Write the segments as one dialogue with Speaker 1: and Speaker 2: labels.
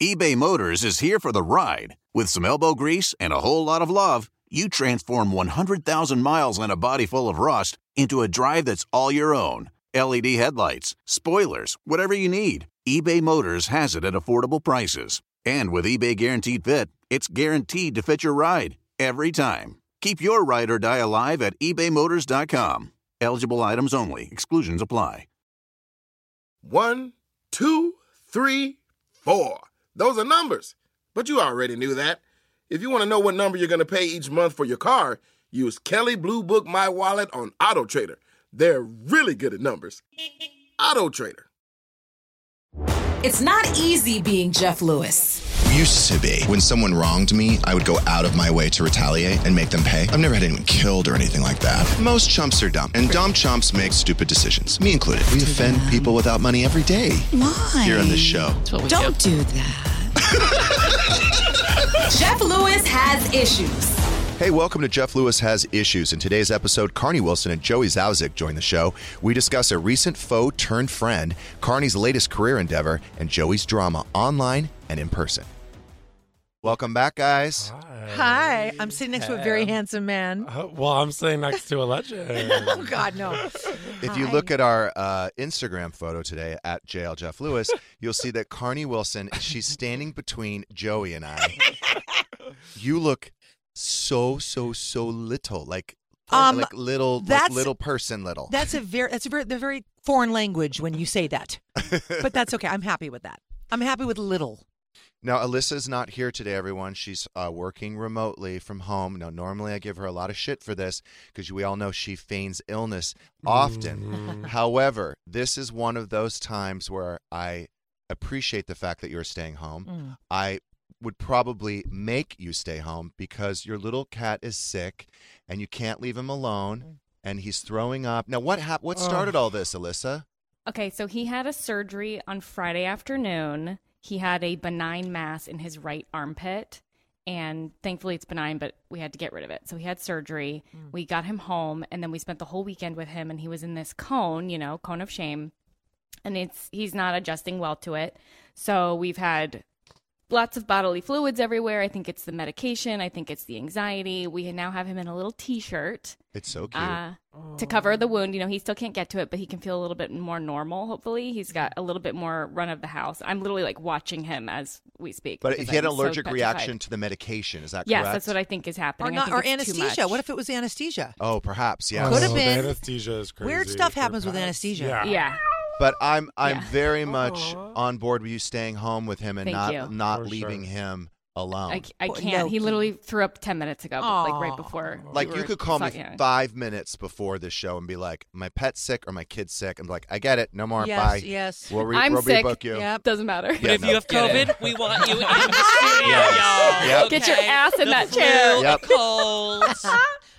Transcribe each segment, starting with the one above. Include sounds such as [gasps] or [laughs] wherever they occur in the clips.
Speaker 1: eBay Motors is here for the ride. With some elbow grease and a whole lot of love, you transform 100,000 miles and a body full of rust into a drive that's all your own. LED headlights, spoilers, whatever you need, eBay Motors has it at affordable prices. And with eBay Guaranteed Fit, it's guaranteed to fit your ride every time. Keep your ride or die alive at ebaymotors.com. Eligible items only, exclusions apply.
Speaker 2: One, two, three, four. Those are numbers. But you already knew that. If you want to know what number you're going to pay each month for your car, use Kelly Blue Book My Wallet on Auto Trader. They're really good at numbers. Auto Trader.
Speaker 3: It's not easy being Jeff Lewis.
Speaker 4: Used to be. When someone wronged me, I would go out of my way to retaliate and make them pay. I've never had anyone killed or anything like that. Most chumps are dumb, and dumb chumps make stupid decisions, me included. We offend people without money every day
Speaker 5: Why?
Speaker 4: here on this show.
Speaker 5: Don't do that.
Speaker 3: Jeff Lewis has issues.
Speaker 4: Hey, welcome to Jeff Lewis Has Issues. In today's episode, Carney Wilson and Joey Zauzik join the show. We discuss a recent foe turned friend, Carney's latest career endeavor, and Joey's drama online and in person. Welcome back, guys.
Speaker 6: Hi, I'm sitting next to a very handsome man.
Speaker 7: Uh, well, I'm sitting next to a [laughs] legend.
Speaker 6: [laughs] Oh God, no!
Speaker 4: If you
Speaker 6: Hi.
Speaker 4: look at our uh, Instagram photo today at JL Jeff Lewis, you'll see that Carney Wilson, she's standing between Joey and
Speaker 6: [laughs]
Speaker 4: I. you look so, so, so little, like,
Speaker 6: Um,
Speaker 4: like little, like
Speaker 6: that's-
Speaker 4: little person little.
Speaker 6: That's a very that's a very they're very foreign language when you say
Speaker 4: [laughs]
Speaker 6: that, but that's okay. I'm happy with that. I'm happy with little.
Speaker 4: Now, Alyssa's not here today, everyone. She's uh, working remotely from home. Now, normally I give her a lot of shit for this because we all know she feigns illness
Speaker 8: Mm.
Speaker 4: often. However, this is one of those times where I appreciate the fact that you're staying home.
Speaker 8: Mm.
Speaker 4: I would probably make you stay home because your little cat is sick and you can't leave him
Speaker 8: Mm.
Speaker 4: alone and he's throwing up. Now, what hap- what started all this, Alyssa?
Speaker 8: Okay, so he had a surgery on Friday afternoon. He had a benign mass in his right armpit, and thankfully it's benign, but we had to get rid of it. So he had surgery. We got him home, and then we spent the whole weekend with him, and he was in this cone, you know, cone of shame, and it's he's not adjusting well to it. So we've had lots of bodily fluids everywhere. I think it's the medication. I think it's the anxiety. We now have him in a little T-shirt
Speaker 4: It's so cute.
Speaker 8: uh, to cover the wound. You know, he still can't get to it, but he can feel a little bit more normal. Hopefully, he's got a little bit more run of the house. I'm literally like watching him as we speak.
Speaker 4: but he
Speaker 8: because
Speaker 4: had an
Speaker 8: I'm so
Speaker 4: allergic
Speaker 8: petrified.
Speaker 4: reaction to the medication. Is that
Speaker 8: Yes,
Speaker 4: correct?
Speaker 8: that's what I think is happening.
Speaker 6: Or
Speaker 8: I
Speaker 6: not
Speaker 8: think
Speaker 6: or
Speaker 8: it's too
Speaker 6: anesthesia.
Speaker 8: much.
Speaker 6: What if it was anesthesia?
Speaker 4: Oh, perhaps, yeah.
Speaker 7: Oh,
Speaker 6: Could have
Speaker 7: the
Speaker 6: been.
Speaker 7: Anesthesia is crazy.
Speaker 6: Weird stuff
Speaker 7: for
Speaker 6: happens with
Speaker 7: pets.
Speaker 6: anesthesia.
Speaker 7: Yeah.
Speaker 8: Yeah,
Speaker 4: But I'm I'm
Speaker 8: Yeah.
Speaker 4: very much on board with you staying home with him and
Speaker 8: Thank
Speaker 4: not
Speaker 8: you.
Speaker 4: not
Speaker 7: For
Speaker 4: leaving
Speaker 7: sure.
Speaker 4: him alone.
Speaker 6: Oh,
Speaker 8: I, c- I
Speaker 6: Poor
Speaker 8: can't. He
Speaker 6: Loki.
Speaker 8: literally threw up ten minutes ago, but, like
Speaker 6: Aw.
Speaker 8: right before. we
Speaker 4: like you
Speaker 8: were
Speaker 4: could call me
Speaker 8: talking. Yeah.
Speaker 4: five minutes before this show and be like, "My pet's sick or my kid's sick," and be like, "I get it, no more,
Speaker 6: Yes,
Speaker 4: bye."
Speaker 6: yes.
Speaker 4: we'll, re-
Speaker 8: I'm
Speaker 4: we'll
Speaker 8: sick.
Speaker 4: rebook you.
Speaker 6: Yep.
Speaker 8: Doesn't matter.
Speaker 4: Yeah,
Speaker 9: But if
Speaker 4: no,
Speaker 9: you have
Speaker 4: get it.
Speaker 9: COVID, we want
Speaker 4: [laughs]
Speaker 9: you in the studio, y'all.
Speaker 8: [laughs]
Speaker 4: Yep.
Speaker 8: Get your
Speaker 9: okay?
Speaker 8: ass in
Speaker 9: The
Speaker 8: that
Speaker 9: flu,
Speaker 8: chair. [laughs]
Speaker 9: the
Speaker 4: Yep.
Speaker 9: colds.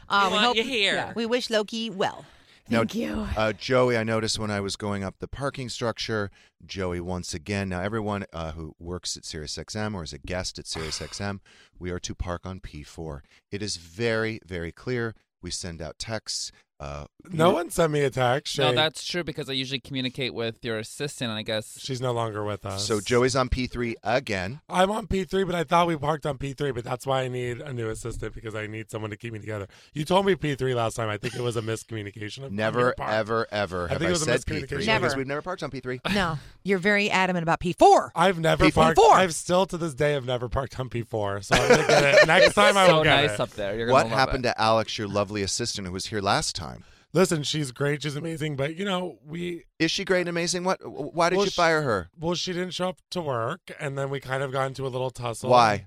Speaker 6: Uh,
Speaker 9: We want you here.
Speaker 6: yeah, we wish Loki well.
Speaker 4: Now,
Speaker 8: Thank you.
Speaker 4: Uh, Joey, I noticed when I was going up the parking structure, Joey, once again, now everyone uh, who works at SiriusXM or is a guest at SiriusXM, we are to park on P4. It is very, very clear. We send out texts. Uh,
Speaker 7: No one sent me a text.
Speaker 9: No,
Speaker 7: Shane.
Speaker 9: that's true because I usually communicate with your assistant, and I guess
Speaker 7: she's no longer with us.
Speaker 4: so Joey's on P3 again.
Speaker 7: I'm on P3, but I thought we parked on P3, but that's why I need a new assistant because I need someone to keep me together. You told me P3 last time. I think it was a miscommunication. Of
Speaker 4: Never,
Speaker 7: of park.
Speaker 4: ever, ever
Speaker 7: I
Speaker 4: have
Speaker 7: think
Speaker 4: I,
Speaker 7: it was a
Speaker 4: said
Speaker 7: miscommunication.
Speaker 4: P3 because
Speaker 7: Never.
Speaker 4: we've never parked on P3.
Speaker 6: No, you're very adamant about P four.
Speaker 7: I've never
Speaker 4: P4.
Speaker 7: parked. I've still to this day have never parked on P4, so I'm gonna get
Speaker 6: [laughs]
Speaker 7: it. Next time I
Speaker 9: so
Speaker 7: will get
Speaker 9: nice
Speaker 7: it.
Speaker 9: up there. You're gonna
Speaker 4: What
Speaker 9: love
Speaker 4: happened
Speaker 9: it.
Speaker 4: to Alex, your lovely assistant who was here last time?
Speaker 7: Listen, she's great. She's amazing, but you know we
Speaker 4: Is she great and amazing? What? Why did
Speaker 7: Well,
Speaker 4: you
Speaker 7: she-
Speaker 4: fire her?
Speaker 7: well she didn't show up to work, and then we kind of got into a little tussle.
Speaker 4: Why?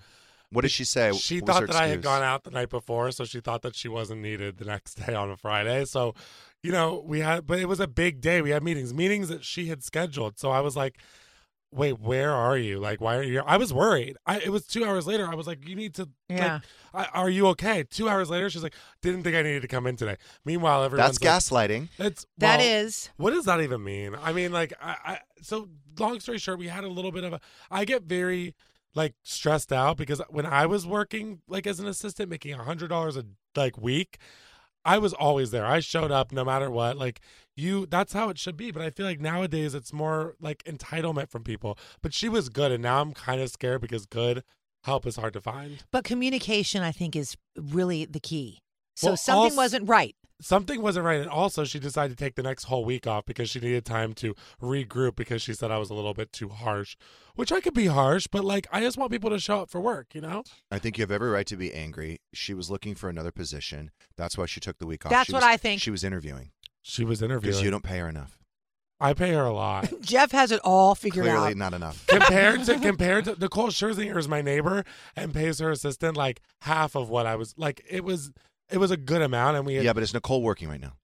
Speaker 4: What did she say?
Speaker 7: She
Speaker 4: What was
Speaker 7: thought that
Speaker 4: her
Speaker 7: I had
Speaker 4: excuse?
Speaker 7: gone out the night before, so she thought that she wasn't needed the next day on a Friday. So, you know, we had, but it was a big day. We had meetings, meetings that she had scheduled. So I was like, wait, where are you? Like, why are you here? I was worried. I, it was two hours later. I was like, you need to,
Speaker 6: Yeah.
Speaker 7: like, I, are you okay? Two hours later, she's like, didn't think I needed to come in today. Meanwhile,
Speaker 4: That's
Speaker 7: everyone's like,
Speaker 4: gaslighting.
Speaker 7: it's
Speaker 6: That
Speaker 7: well,
Speaker 6: is-
Speaker 7: What does that even mean? I mean, like, I, I so long story short, we had a little bit of a. I get very like stressed out because when I was working like as an assistant, making a hundred dollars a like week, I was always there. I showed up no matter what. Like you, that's how it should be. But I feel like nowadays it's more like entitlement from people. But she was good, and now I'm kind of scared because good help is hard to find.
Speaker 6: But communication, I think, is really the key. So
Speaker 7: Well,
Speaker 6: something
Speaker 7: als-
Speaker 6: wasn't right.
Speaker 7: Something wasn't right, and also she decided to take the next whole week off because she needed time to regroup because she said I was a little bit too harsh, which I could be harsh, but like I just want people to show up for work, you know?
Speaker 4: I think you have every right to be angry. She was looking for another position. That's why she took the week off.
Speaker 6: That's
Speaker 4: She
Speaker 6: what
Speaker 4: was-
Speaker 6: I think.
Speaker 4: She was interviewing
Speaker 7: She was
Speaker 4: because
Speaker 7: interviewing.
Speaker 4: you don't pay her enough.
Speaker 7: I pay her
Speaker 4: [laughs]
Speaker 7: a lot.
Speaker 6: Jeff has it all figured
Speaker 4: Clearly,
Speaker 6: out.
Speaker 4: not
Speaker 7: [laughs]
Speaker 4: enough.
Speaker 7: compared to compared to Nicole Scherzinger is my neighbor and pays her assistant like half of what I was like. It was it was a good amount, and we had,
Speaker 4: yeah, but is Nicole working right now?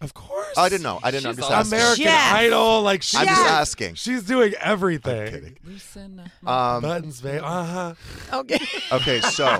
Speaker 7: of course.
Speaker 4: Oh, I didn't know. I didn't know. I'm
Speaker 9: She's
Speaker 4: just
Speaker 9: all
Speaker 4: asking.
Speaker 7: American
Speaker 6: Yes.
Speaker 7: Idol, like she's,
Speaker 4: I'm just
Speaker 6: Yes.
Speaker 4: asking.
Speaker 7: she's doing
Speaker 4: I'm
Speaker 7: everything.
Speaker 4: kidding.
Speaker 9: Loosen my-
Speaker 4: Um,
Speaker 7: Buttons, babe. Uh huh.
Speaker 4: [laughs]
Speaker 6: Okay.
Speaker 4: okay,
Speaker 7: [laughs]
Speaker 4: so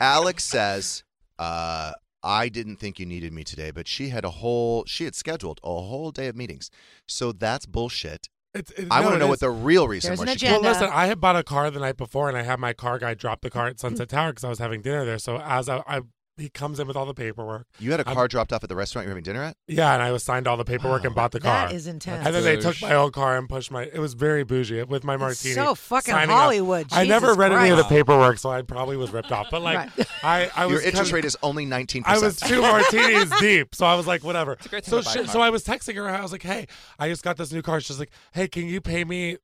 Speaker 4: Alex says, uh, I didn't think you needed me today, but she had a whole, she had scheduled a whole day of meetings. So that's bullshit.
Speaker 7: It's, it,
Speaker 4: I
Speaker 7: no,
Speaker 4: want to
Speaker 7: it
Speaker 4: know
Speaker 7: is-
Speaker 4: what the real reason
Speaker 6: There's
Speaker 4: was.
Speaker 6: an
Speaker 4: she-
Speaker 7: Well,
Speaker 6: agenda.
Speaker 7: listen, I had bought a car the night before, and I had my car guy drop the car at Sunset Tower because I was having dinner there. So as I, I he comes in with all the paperwork,
Speaker 4: You had a
Speaker 7: I'm-
Speaker 4: car dropped off at the restaurant you're having dinner at?
Speaker 7: yeah, and I was signed all the paperwork
Speaker 4: Wow.
Speaker 7: and bought the car.
Speaker 6: Oh, That is intense.
Speaker 7: And then they took
Speaker 9: Boosh.
Speaker 7: my old car and pushed my. It was very bougie with my
Speaker 6: It's
Speaker 7: martini.
Speaker 6: so fucking
Speaker 7: signing up.
Speaker 6: Hollywood.
Speaker 7: I never
Speaker 6: Jesus
Speaker 7: read any of the
Speaker 6: Christ.
Speaker 7: paperwork, so I probably was ripped off. But like,
Speaker 6: Right.
Speaker 7: I, I was
Speaker 4: Your interest
Speaker 7: kinda-
Speaker 4: rate is only 19%. [laughs]
Speaker 7: I was two martinis deep, so I was like, whatever.
Speaker 9: a great thing
Speaker 7: so
Speaker 9: to buy
Speaker 7: she-
Speaker 9: a car.
Speaker 7: so I was texting her. I was like, hey, I just got this new car. She's like, hey, can you pay me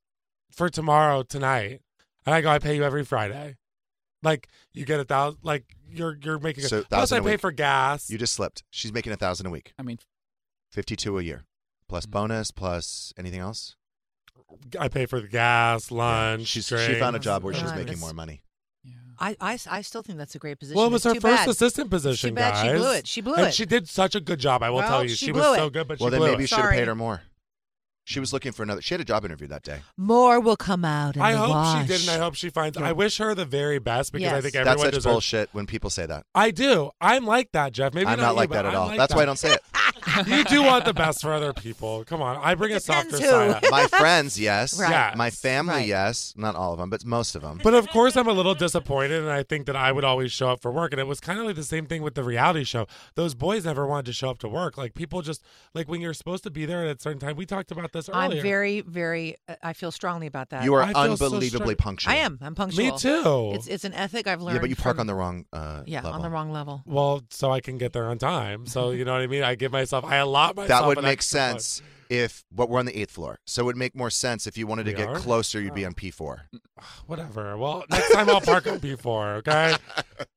Speaker 7: for tomorrow tonight? And I go, I pay you every Friday. Like you get a thousand. Like you're you're making. A,
Speaker 4: So,
Speaker 7: plus
Speaker 4: thousand
Speaker 7: I
Speaker 4: a
Speaker 7: pay
Speaker 4: week.
Speaker 7: for gas.
Speaker 4: you just slipped. She's making a thousand a week,
Speaker 9: I mean,
Speaker 4: 52 a year, plus bonus, plus anything else.
Speaker 7: I pay for the gas, lunch.
Speaker 4: Yeah. She's, she
Speaker 7: drinks.
Speaker 4: found a job where she was
Speaker 6: Nice.
Speaker 4: making more money.
Speaker 9: yeah.
Speaker 6: I, I, I still think that's a great position.
Speaker 7: Well, it was
Speaker 6: It's
Speaker 7: her
Speaker 6: too
Speaker 7: first
Speaker 6: bad.
Speaker 7: assistant position,
Speaker 6: Too bad she
Speaker 7: guys.
Speaker 6: blew it. She blew
Speaker 7: and
Speaker 6: it.
Speaker 7: she did such a good job. I will
Speaker 6: Well,
Speaker 7: tell you,
Speaker 6: she
Speaker 7: she, was
Speaker 6: blew it.
Speaker 7: so good, but
Speaker 4: well,
Speaker 7: she
Speaker 4: then
Speaker 7: blew
Speaker 4: maybe you
Speaker 7: it.
Speaker 4: should have
Speaker 6: Sorry.
Speaker 4: paid her more. She was looking for another. She had a job interview that day.
Speaker 6: More will come out. In
Speaker 7: I
Speaker 6: the
Speaker 7: hope
Speaker 6: wash.
Speaker 7: she did, and I hope she finds. I wish her the very best because I
Speaker 6: Yes.
Speaker 7: think
Speaker 4: That's
Speaker 7: everyone
Speaker 4: such
Speaker 7: deserves.
Speaker 4: bullshit when people say that.
Speaker 7: I do. I'm like that, Jeff. Maybe
Speaker 4: I'm
Speaker 7: not,
Speaker 4: not
Speaker 7: you,
Speaker 4: like
Speaker 7: but
Speaker 4: that at
Speaker 7: I'm
Speaker 4: all.
Speaker 7: like
Speaker 4: That's why I
Speaker 7: that.
Speaker 4: don't say it.
Speaker 7: You do want the best
Speaker 4: [laughs]
Speaker 7: for other people. Come on, I bring a
Speaker 6: Depends
Speaker 7: softer
Speaker 6: who. [laughs]
Speaker 7: side.
Speaker 4: My friends, yes.
Speaker 6: Right.
Speaker 7: Yeah.
Speaker 4: My family,
Speaker 6: Right.
Speaker 4: yes. Not all of them, but most of them.
Speaker 7: But of course, I'm a little disappointed, and I think that I would always show up for work. And it was kind of like the same thing with the reality show. Those boys never wanted to show up to work. Like people just like when you're supposed to be there at a certain time. We talked about this earlier.
Speaker 6: I'm very, very. uh, I feel strongly about that.
Speaker 4: you are
Speaker 7: I feel so
Speaker 4: unbelievably
Speaker 7: str-
Speaker 4: punctual.
Speaker 6: I am. I'm punctual.
Speaker 7: Me too.
Speaker 6: It's it's an ethic I've learned.
Speaker 4: Yeah, but you park
Speaker 6: from-
Speaker 4: on the wrong uh,
Speaker 6: yeah
Speaker 4: level.
Speaker 6: on the wrong level.
Speaker 7: Well, so I can get there on time. So you know what I mean. I give myself. I allot myself.
Speaker 4: That would
Speaker 7: an
Speaker 4: make
Speaker 7: extra month.
Speaker 4: sense if, but we're on the eighth floor. So it would make more sense if you wanted to
Speaker 7: We
Speaker 4: get
Speaker 7: are?
Speaker 4: closer, you'd be on P4.
Speaker 7: Whatever. Well, next time I'll park on P four.
Speaker 4: [laughs]
Speaker 7: Okay,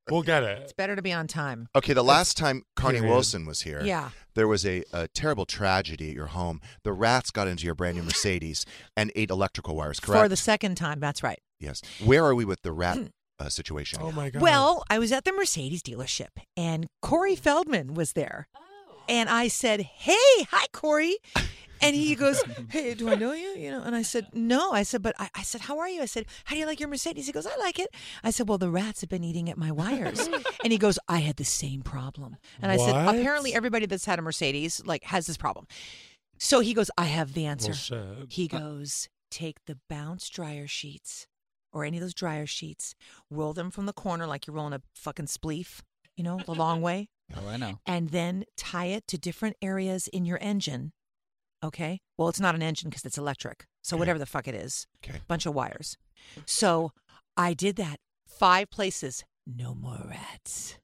Speaker 7: we'll get it.
Speaker 6: It's better to be on time.
Speaker 4: Okay, the last time Carney
Speaker 7: Period.
Speaker 4: Wilson was here,
Speaker 6: Yeah.
Speaker 4: there was a, a terrible tragedy at your home. The rats got into
Speaker 6: [laughs]
Speaker 4: your brand new Mercedes and ate electrical wires, correct?
Speaker 6: For the Hmm. second time. That's right.
Speaker 4: yes. Where are we with the rat uh, situation?
Speaker 7: Oh my god.
Speaker 6: Well, I was at the Mercedes dealership and Corey Feldman was there. And I said, Hey, hi, Corey. And he
Speaker 7: [laughs]
Speaker 6: goes, Hey, do I know you? You know, and I said, No. I said, but I, I said, How are you? I said, How do you like your Mercedes? He goes, I like it. I said, Well, the rats have been eating at my wires. and he goes, I had the same problem. And I
Speaker 7: What?
Speaker 6: said, Apparently everybody that's had a Mercedes like has this problem. So he goes, I have the answer.
Speaker 7: Well, shit.
Speaker 6: He goes, take the bounce dryer sheets or any of those dryer sheets, roll them from the corner like you're rolling a fucking spleef, you know, the
Speaker 4: [laughs]
Speaker 6: long way,
Speaker 9: Oh, I know.
Speaker 6: and then tie it to different areas in your engine. Okay. Well, it's not an engine because it's electric. So,
Speaker 4: Okay.
Speaker 6: whatever the fuck it is,
Speaker 4: Okay.
Speaker 6: bunch of wires. So, I did that five places. No more rats.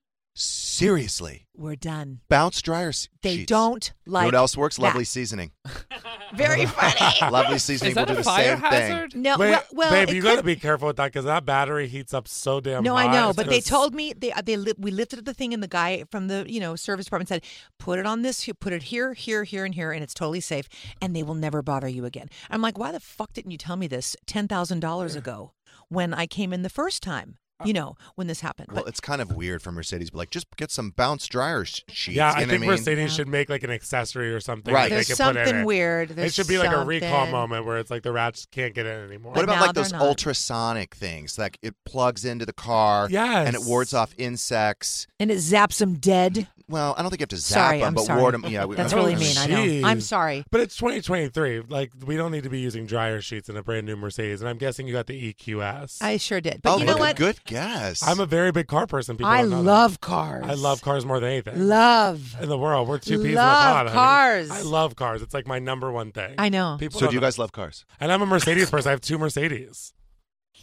Speaker 4: Seriously.
Speaker 6: We're done.
Speaker 4: Bounce dryers.
Speaker 6: They don't like.
Speaker 4: you know what else works?
Speaker 6: that.
Speaker 4: Lovely seasoning.
Speaker 6: [laughs] Very funny.
Speaker 4: [laughs] Lovely seasoning
Speaker 9: Is that
Speaker 4: will do
Speaker 9: a
Speaker 4: the
Speaker 9: fire
Speaker 4: same
Speaker 9: hazard?
Speaker 6: no,
Speaker 7: Wait,
Speaker 6: well, well,
Speaker 7: babe,
Speaker 6: it
Speaker 7: you got to
Speaker 6: could-
Speaker 7: be careful with that because that battery heats up so damn.
Speaker 6: No,
Speaker 7: hot.
Speaker 6: I know,
Speaker 7: It's
Speaker 6: but they
Speaker 7: gonna
Speaker 6: told me they uh, they li- we lifted the thing and the guy from the you know service department said put it on this, put it here, here, here, and here, and it's totally safe, and they will never bother you again. I'm like, why the fuck didn't you tell me this ten thousand dollars ago when I came in the first time?
Speaker 7: Uh,
Speaker 6: You know when this happened.
Speaker 4: Well,
Speaker 6: but
Speaker 4: it's kind of weird for Mercedes, but like, just get some bounce dryer sh- sheets.
Speaker 7: Yeah,
Speaker 4: you know
Speaker 7: I
Speaker 4: what
Speaker 7: think
Speaker 4: mean?
Speaker 7: Mercedes should make like an accessory or something.
Speaker 4: Right.
Speaker 7: that
Speaker 6: there's
Speaker 7: they can put in
Speaker 6: something
Speaker 7: it.
Speaker 6: weird. There's
Speaker 7: it should be like a recall
Speaker 6: something-
Speaker 7: moment where it's like the rats can't get in anymore.
Speaker 4: What
Speaker 6: But
Speaker 4: about
Speaker 6: now
Speaker 4: like
Speaker 6: they're
Speaker 4: those
Speaker 6: not.
Speaker 4: ultrasonic things? Like it plugs into the car,
Speaker 7: Yes.
Speaker 4: and it wards off insects.
Speaker 6: and it zaps them dead.
Speaker 4: well, I don't think you have to zap
Speaker 6: Sorry,
Speaker 4: them,
Speaker 6: I'm
Speaker 4: but
Speaker 6: sorry.
Speaker 4: ward them. Yeah, we,
Speaker 6: That's
Speaker 7: Oh,
Speaker 6: really mean. I know. I'm
Speaker 7: jeez.
Speaker 6: sorry.
Speaker 7: But it's 2023. Like, we don't need to be using dryer sheets in a brand new Mercedes. And I'm guessing you got the E EQS.
Speaker 6: I sure did. But
Speaker 4: Oh,
Speaker 6: you know
Speaker 4: look,
Speaker 6: what?
Speaker 4: a good guess.
Speaker 7: am a very big car person. People
Speaker 6: I
Speaker 7: don't know that.
Speaker 6: love cars.
Speaker 7: I love cars more than anything
Speaker 6: Love.
Speaker 7: in the world. We're two peas in a
Speaker 6: Love
Speaker 7: pod. honey.
Speaker 6: cars.
Speaker 7: I love cars. It's like my number one thing.
Speaker 6: I know.
Speaker 7: People
Speaker 4: so
Speaker 7: don't
Speaker 4: do you
Speaker 7: know-
Speaker 4: guys love cars?
Speaker 7: And I'm a Mercedes person. I have two Mercedes.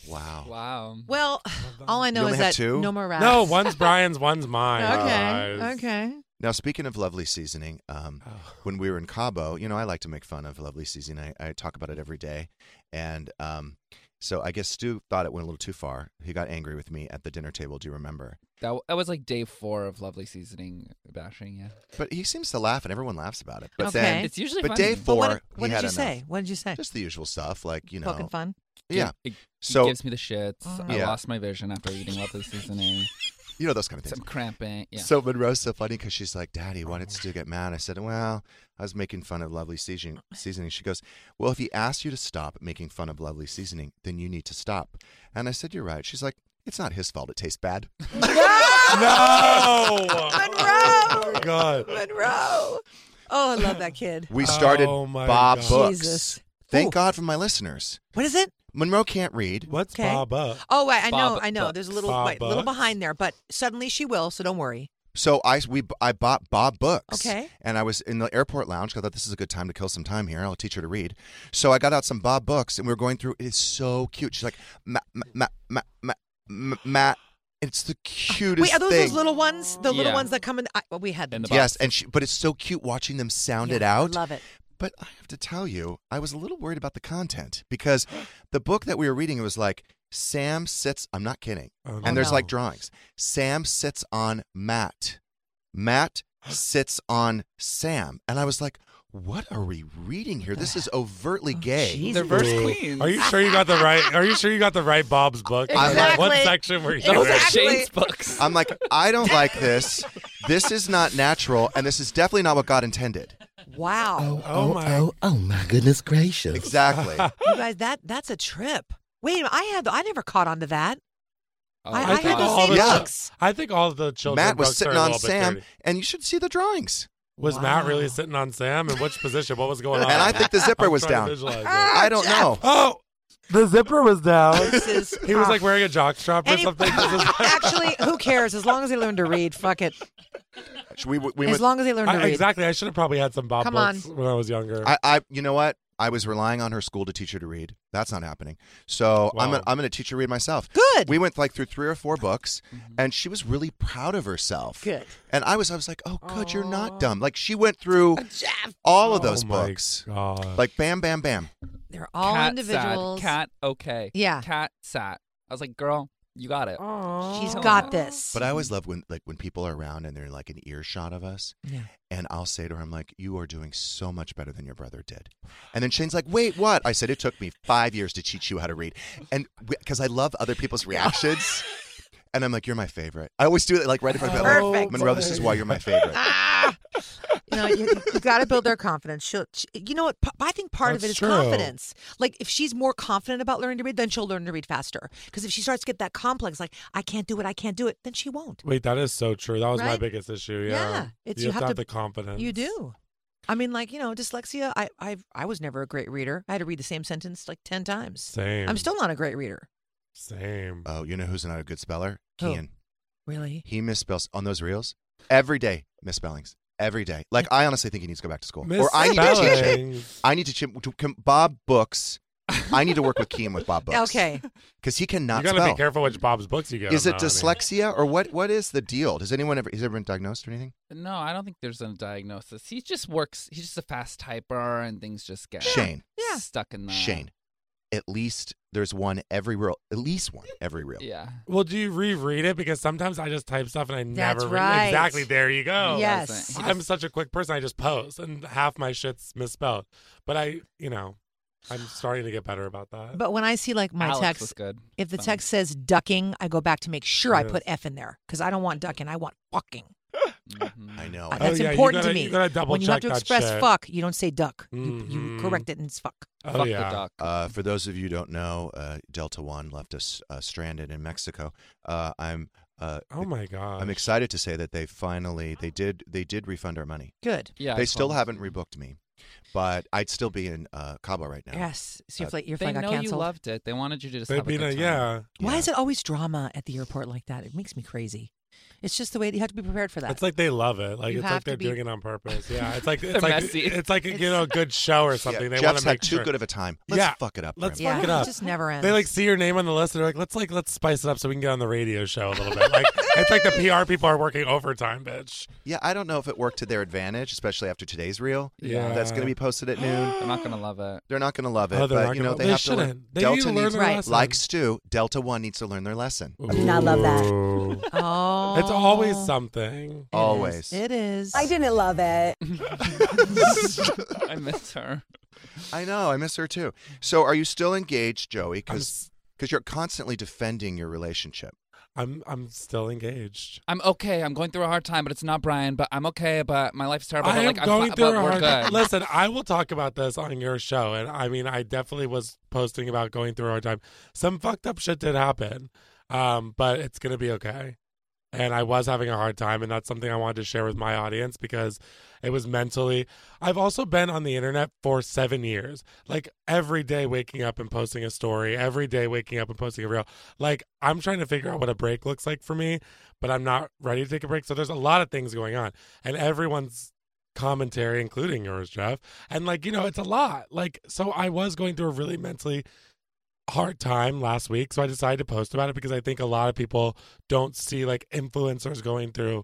Speaker 4: Wow.
Speaker 9: Wow.
Speaker 6: Well, all I know
Speaker 4: only
Speaker 6: is
Speaker 4: have
Speaker 6: that
Speaker 4: two?
Speaker 6: no more rats.
Speaker 7: No, one's Brian's, one's
Speaker 6: [laughs]
Speaker 7: mine.
Speaker 6: Okay.
Speaker 7: guys.
Speaker 6: Okay.
Speaker 4: Now, speaking of lovely seasoning, um,
Speaker 7: Oh.
Speaker 4: when we were in Cabo, you know, I like to make fun of lovely seasoning. I, I talk about it every day. And um, so I guess Stu thought it went a little too far. He got angry with me at the dinner table. Do you remember?
Speaker 9: That, that was like day four of lovely seasoning bashing. Yeah.
Speaker 4: But he seems to laugh and everyone laughs about it. But
Speaker 6: Okay.
Speaker 4: then,
Speaker 9: It's usually
Speaker 4: but
Speaker 9: funny.
Speaker 4: day
Speaker 6: But
Speaker 4: four,
Speaker 6: what, what
Speaker 4: he
Speaker 6: did
Speaker 4: had
Speaker 6: you
Speaker 4: enough.
Speaker 6: say? What did you [laughs] say?
Speaker 4: Just the usual stuff, like, you know.
Speaker 6: Poking fun.
Speaker 4: Yeah.
Speaker 9: It, it
Speaker 4: So-
Speaker 9: gives me the shits. I
Speaker 4: Yeah.
Speaker 9: lost my vision after eating lovely
Speaker 4: [laughs]
Speaker 9: seasoning.
Speaker 4: You know, those kind of
Speaker 9: so
Speaker 4: things.
Speaker 9: I'm cramping. Yeah.
Speaker 4: So Monroe's so funny because she's like, Daddy, why did Stu get mad? I said, Well, I was making fun of lovely seasoning. seasoning. She goes, Well, if he asked you to stop making fun of lovely seasoning, then you need to stop. And I said, You're right. She's like, It's not his fault. It tastes
Speaker 6: [laughs]
Speaker 4: bad.
Speaker 7: No! Oh
Speaker 6: Monroe!
Speaker 7: my God.
Speaker 6: Monroe. Oh, I love that
Speaker 4: [laughs]
Speaker 6: kid.
Speaker 4: We started
Speaker 7: Oh, my
Speaker 4: Bob
Speaker 7: God.
Speaker 4: Books.
Speaker 6: Jesus.
Speaker 4: Thank
Speaker 6: Ooh.
Speaker 4: God for my listeners.
Speaker 6: What is it?
Speaker 4: Monroe can't read.
Speaker 7: What's
Speaker 6: Okay.
Speaker 7: Bob up?
Speaker 6: Oh, wait, I know,
Speaker 9: Bob
Speaker 6: I know.
Speaker 9: Bucks.
Speaker 6: There's a little,
Speaker 7: Bob
Speaker 6: wait, little
Speaker 7: Bucks.
Speaker 6: behind there, but suddenly she will. So don't worry.
Speaker 4: So I we I bought Bob books.
Speaker 6: Okay.
Speaker 4: And I was in the airport lounge 'cause I thought this is a good time to kill some time here. I'll teach her to read. So I got out some Bob books and we were going through. It is so cute. She's like, ma ma ma ma ma. ma. It's the cutest
Speaker 6: wait, are those
Speaker 4: thing.
Speaker 6: those little ones? The little
Speaker 9: Yeah.
Speaker 6: ones that come in? I, well, we had them.
Speaker 9: And the
Speaker 6: too.
Speaker 4: yes, and she, but it's so cute watching them sound
Speaker 6: Yeah,
Speaker 4: it out.
Speaker 6: I love it.
Speaker 4: But I have to tell you, I was a little worried about the content because the book that we were reading it was like Sam sits. I'm not kidding.
Speaker 7: Oh,
Speaker 4: and there's
Speaker 6: no.
Speaker 4: like drawings. Sam sits on Matt. Matt sits on Sam. And I was like, what are we reading here? This is overtly
Speaker 7: Oh,
Speaker 4: gay.
Speaker 6: jeez.
Speaker 9: They're verse queens.
Speaker 7: Are you sure you got the right? Are you sure you got the right
Speaker 6: [laughs]
Speaker 7: Bob's book?
Speaker 4: I'm
Speaker 7: Like,
Speaker 4: like-
Speaker 7: what section were you?
Speaker 9: Those
Speaker 7: in?
Speaker 9: are
Speaker 6: Exactly.
Speaker 9: Shane's books.
Speaker 4: I'm like, I don't like this. This is not natural, and this is definitely not what God intended.
Speaker 6: Wow.
Speaker 7: Oh my!
Speaker 4: Exactly.
Speaker 6: You guys, that that's a trip. Wait, a minute, I had I never caught on to that.
Speaker 9: Oh,
Speaker 6: I,
Speaker 9: my
Speaker 6: I,
Speaker 7: think
Speaker 6: had the
Speaker 9: God.
Speaker 7: all
Speaker 6: same
Speaker 7: the-
Speaker 6: looks.
Speaker 7: I think all the children.
Speaker 4: Matt was
Speaker 7: books are
Speaker 4: sitting
Speaker 7: a
Speaker 4: on
Speaker 7: little bit
Speaker 4: Sam,
Speaker 7: dirty.
Speaker 4: and you should see the drawings.
Speaker 7: Was Matt
Speaker 6: Wow.
Speaker 7: really sitting on Sam? In which position? What was going on?
Speaker 4: And I think the zipper
Speaker 7: I'm
Speaker 4: was
Speaker 7: trying to
Speaker 4: down.
Speaker 7: visualize it.
Speaker 4: I don't
Speaker 6: [laughs]
Speaker 4: know.
Speaker 7: Oh, the zipper was down.
Speaker 6: This is
Speaker 7: [laughs]
Speaker 4: [laughs]
Speaker 7: He was like wearing a jockstrap or
Speaker 6: Any-
Speaker 7: something. This is-
Speaker 6: [laughs] Actually, who cares? As long as they learn to read, fuck it.
Speaker 4: We, we
Speaker 6: as
Speaker 4: went,
Speaker 6: long as they learn to
Speaker 7: I-
Speaker 6: read.
Speaker 7: exactly. I should have probably had some Bob
Speaker 6: Come
Speaker 7: books when I was younger.
Speaker 4: I, I, you know what? I was relying on her school to teach her to read. That's not happening. So I'm
Speaker 7: Wow.
Speaker 4: gonna, I'm going to teach her to read myself.
Speaker 6: Good.
Speaker 4: We went like through three or four books,
Speaker 7: Mm-hmm.
Speaker 4: and she was really proud of herself.
Speaker 6: Good.
Speaker 4: And I was, I was like, oh, good, you're not dumb. Like she went through all of those
Speaker 7: oh my
Speaker 4: books,
Speaker 7: God.
Speaker 4: like bam, bam, bam.
Speaker 6: They're all
Speaker 9: cat
Speaker 6: individuals.
Speaker 9: Sat. Cat okay.
Speaker 6: Yeah.
Speaker 9: Cat sat. I was like, girl, you got it.
Speaker 6: She's got this.
Speaker 4: But I always love when like when people are around and they're like an earshot of us,
Speaker 6: yeah.
Speaker 4: and I'll say to her, I'm like, you are doing so much better than your brother
Speaker 6: [sighs]
Speaker 4: did. And then Shane's like, wait, what? I said it took me five years to teach you how to read, and because I love other
Speaker 6: [laughs]
Speaker 4: people's reactions. And I'm like, you're my favorite. I always do it like right in front of people, like,
Speaker 6: Perfect.
Speaker 4: Monroe, this is why
Speaker 6: [laughs]
Speaker 4: you're my favorite.
Speaker 6: [laughs] You know, you, you got to build their confidence. She'll, she, you know what? p- I think part of it
Speaker 7: That's
Speaker 6: is
Speaker 7: true.
Speaker 6: confidence. Like if she's more confident about learning to read, then she'll learn to read faster. Because if she starts to get that complex, like I can't do it, I can't do it, then she won't.
Speaker 7: Wait, that is so true. That was my
Speaker 6: Right?
Speaker 7: biggest issue. Yeah,
Speaker 6: it's
Speaker 7: you, have, to have the confidence.
Speaker 6: You do. I mean, like you know, dyslexia. I I I was never a great reader. I had to read the same sentence like ten times.
Speaker 7: Same.
Speaker 6: I'm still not a great reader.
Speaker 7: same.
Speaker 4: Oh, you know who's not a good speller?
Speaker 6: Who?
Speaker 4: Kean.
Speaker 6: Really?
Speaker 4: He misspells on those reels every day. Misspellings every day. Like I honestly think he needs to go back to school, or I need to change it.
Speaker 7: Misspellings.
Speaker 4: I need to change. To, com- Bob Books. I need to work with Kean
Speaker 6: [laughs]
Speaker 4: with Bob Books.
Speaker 7: [laughs]
Speaker 6: Okay.
Speaker 4: because he
Speaker 7: You
Speaker 4: cannot
Speaker 7: gotta be
Speaker 4: spell.
Speaker 7: careful which Bob's books you get.
Speaker 4: Is
Speaker 7: on
Speaker 4: it
Speaker 7: that, honey.
Speaker 4: dyslexia or what? What is the deal? Does anyone ever? Has ever been diagnosed or anything?
Speaker 9: No, I don't think there's a diagnosis. He just works. He's just a fast typer, and things just get
Speaker 4: Shane.
Speaker 6: Yeah.
Speaker 9: stuck in the
Speaker 4: Shane. At least there's one every reel. At least one every reel.
Speaker 9: Yeah.
Speaker 7: Well, do you reread it? Because sometimes I just type stuff and I
Speaker 6: That's
Speaker 7: never read
Speaker 6: right.
Speaker 7: Exactly. There you go.
Speaker 9: Oh,
Speaker 6: Yes.
Speaker 9: that's it. He
Speaker 7: I'm
Speaker 9: just-
Speaker 7: such a quick person. I just post, and half my shit's misspelled. But I, you know, I'm starting to get better about that.
Speaker 6: But when I see like my
Speaker 9: Alex was
Speaker 6: text,
Speaker 4: [laughs]
Speaker 9: good.
Speaker 6: if the
Speaker 9: Fun.
Speaker 6: text says ducking, I go back to make sure I
Speaker 7: Yes.
Speaker 6: put f in there because I don't want ducking. I want fucking.
Speaker 9: Mhm.
Speaker 4: I know.
Speaker 6: Uh,
Speaker 7: Oh,
Speaker 6: That's
Speaker 7: yeah, you
Speaker 6: important
Speaker 7: gotta-
Speaker 6: to me.
Speaker 7: you gotta double
Speaker 6: when you have to
Speaker 7: check that
Speaker 6: express
Speaker 7: shit.
Speaker 6: fuck, you don't say duck. You,
Speaker 7: Mhm.
Speaker 6: you correct it and it's fuck.
Speaker 7: Oh
Speaker 9: Fuck
Speaker 7: yeah.
Speaker 9: the duck.
Speaker 4: Uh, for those of you who don't know, uh, Delta One left us uh, stranded in Mexico. Uh, I'm uh,
Speaker 7: Oh my god.
Speaker 4: I'm excited to say that they finally they did they did refund our money.
Speaker 6: Good.
Speaker 9: Yeah, I
Speaker 4: they still
Speaker 9: told
Speaker 4: haven't
Speaker 9: you.
Speaker 4: rebooked me, but I'd still be in uh, Cabo right now.
Speaker 6: Yes. So your
Speaker 9: Uh,
Speaker 6: flight, your
Speaker 9: They
Speaker 6: flight got
Speaker 9: know
Speaker 6: canceled.
Speaker 9: you loved it. They wanted you to just
Speaker 7: They
Speaker 9: have a
Speaker 7: beat
Speaker 9: good
Speaker 7: a-
Speaker 9: time.
Speaker 7: yeah.
Speaker 6: Why
Speaker 4: Yeah.
Speaker 6: is it always drama at the airport like that? It makes me crazy. It's just the way you have to be prepared for that.
Speaker 7: It's like they love it. Like
Speaker 6: You
Speaker 7: it's like
Speaker 6: have to
Speaker 7: they're
Speaker 6: be-
Speaker 7: doing it on purpose. Yeah.
Speaker 6: [laughs]
Speaker 7: It's like
Speaker 9: They're
Speaker 7: it's like
Speaker 9: messy.
Speaker 7: it's like you
Speaker 6: It's-
Speaker 7: know a good show or
Speaker 4: Yeah,
Speaker 7: something. they want
Speaker 4: Jeff's
Speaker 7: to make
Speaker 4: had too
Speaker 7: sure.
Speaker 4: good of a time. Let's
Speaker 7: Yeah.
Speaker 4: fuck it up. for
Speaker 7: Let's
Speaker 4: him.
Speaker 6: yeah,
Speaker 7: fuck it up.
Speaker 6: just never ends.
Speaker 7: They like see your name on the list and they're like, let's like let's spice it up so we can get on the radio show a little bit. Like
Speaker 6: [laughs]
Speaker 7: it's like the PR people are working overtime, bitch.
Speaker 4: Yeah, I don't know if it worked to their advantage, especially after today's reel.
Speaker 7: Yeah.
Speaker 4: that's going to be posted at
Speaker 7: [gasps]
Speaker 4: noon.
Speaker 9: They're not gonna love
Speaker 7: [laughs]
Speaker 9: it.
Speaker 4: They're not going to love it,
Speaker 7: Oh, they're
Speaker 4: but
Speaker 7: not
Speaker 4: you
Speaker 7: gonna-
Speaker 4: know they,
Speaker 7: they
Speaker 4: have to learn.
Speaker 7: shouldn't. They
Speaker 4: Delta
Speaker 7: need to learn
Speaker 4: needs,
Speaker 7: their
Speaker 6: Right.
Speaker 7: lesson.
Speaker 4: like Stu, Delta One needs to learn their lesson.
Speaker 7: I
Speaker 6: do not love that. oh,
Speaker 7: [laughs] It's always something.
Speaker 6: It is.
Speaker 4: Always.
Speaker 6: It is.
Speaker 10: I didn't love it.
Speaker 9: I miss her.
Speaker 4: I know, I miss her too. So, are you still engaged, Joey?
Speaker 7: I'm,
Speaker 4: Because
Speaker 7: s-
Speaker 4: you're constantly defending your relationship.
Speaker 7: I'm I'm still engaged.
Speaker 9: I'm okay. I'm going through a hard time, but it's not Brian. But I'm okay. But my life's terrible.
Speaker 7: I
Speaker 9: but
Speaker 7: am
Speaker 9: like,
Speaker 7: going
Speaker 9: I'm, fi-
Speaker 7: through
Speaker 9: but
Speaker 7: a
Speaker 9: we're
Speaker 7: hard
Speaker 9: good.
Speaker 7: time. [laughs] Listen, I will talk about this on your show, and I mean, I definitely was posting about going through a hard time. Some fucked up shit did happen, um, but it's gonna be okay. And I was having a hard time, and that's something I wanted to share with my audience because it was mentally. I've also been on the internet for seven years, like every day waking up and posting a story, every day waking up and posting a reel. Like I'm trying to figure out what a break looks like for me, but I'm not ready to take a break. So there's a lot of things going on, and everyone's commentary, including yours, Jeff. And like, you know, it's a lot. Like, so I was going through a really mentally hard time last week. So I decided to post about it because I think a lot of people don't see like influencers going through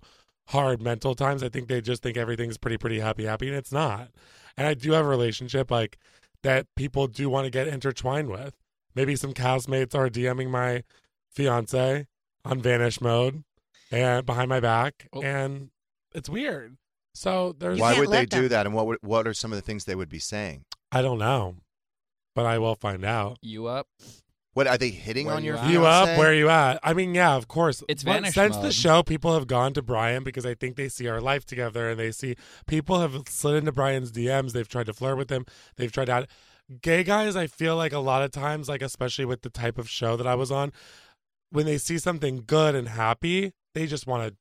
Speaker 7: hard mental times. I think they just think everything's pretty, pretty happy, happy, and it's not. And I do have a relationship like that people do want to get intertwined with. Maybe some castmates are DMing my fiance on vanish mode and behind my back.
Speaker 9: Oh.
Speaker 7: And it's weird. So there's
Speaker 4: Why
Speaker 6: can't
Speaker 4: would they
Speaker 6: let
Speaker 4: do
Speaker 6: them.
Speaker 4: that? And what would, what are some of the things they would be saying?
Speaker 7: I don't know, but I will find out.
Speaker 9: You
Speaker 7: [laughs]
Speaker 9: up?
Speaker 4: What are they hitting
Speaker 9: Where
Speaker 4: on
Speaker 9: you
Speaker 4: your
Speaker 9: at?
Speaker 7: You up?
Speaker 4: fiancé?
Speaker 7: Where you at? I mean, yeah, of course.
Speaker 9: It's
Speaker 7: But
Speaker 9: vanish
Speaker 7: Since the
Speaker 9: mode.
Speaker 7: show, people have gone to Brian because I think they see our life together, and they see people have slid into Brian's DMs. They've tried to flirt with him. They've tried out. Gay guys, I feel like a lot of times, like especially with the type of show that I was on, when they see something good and happy, they just want to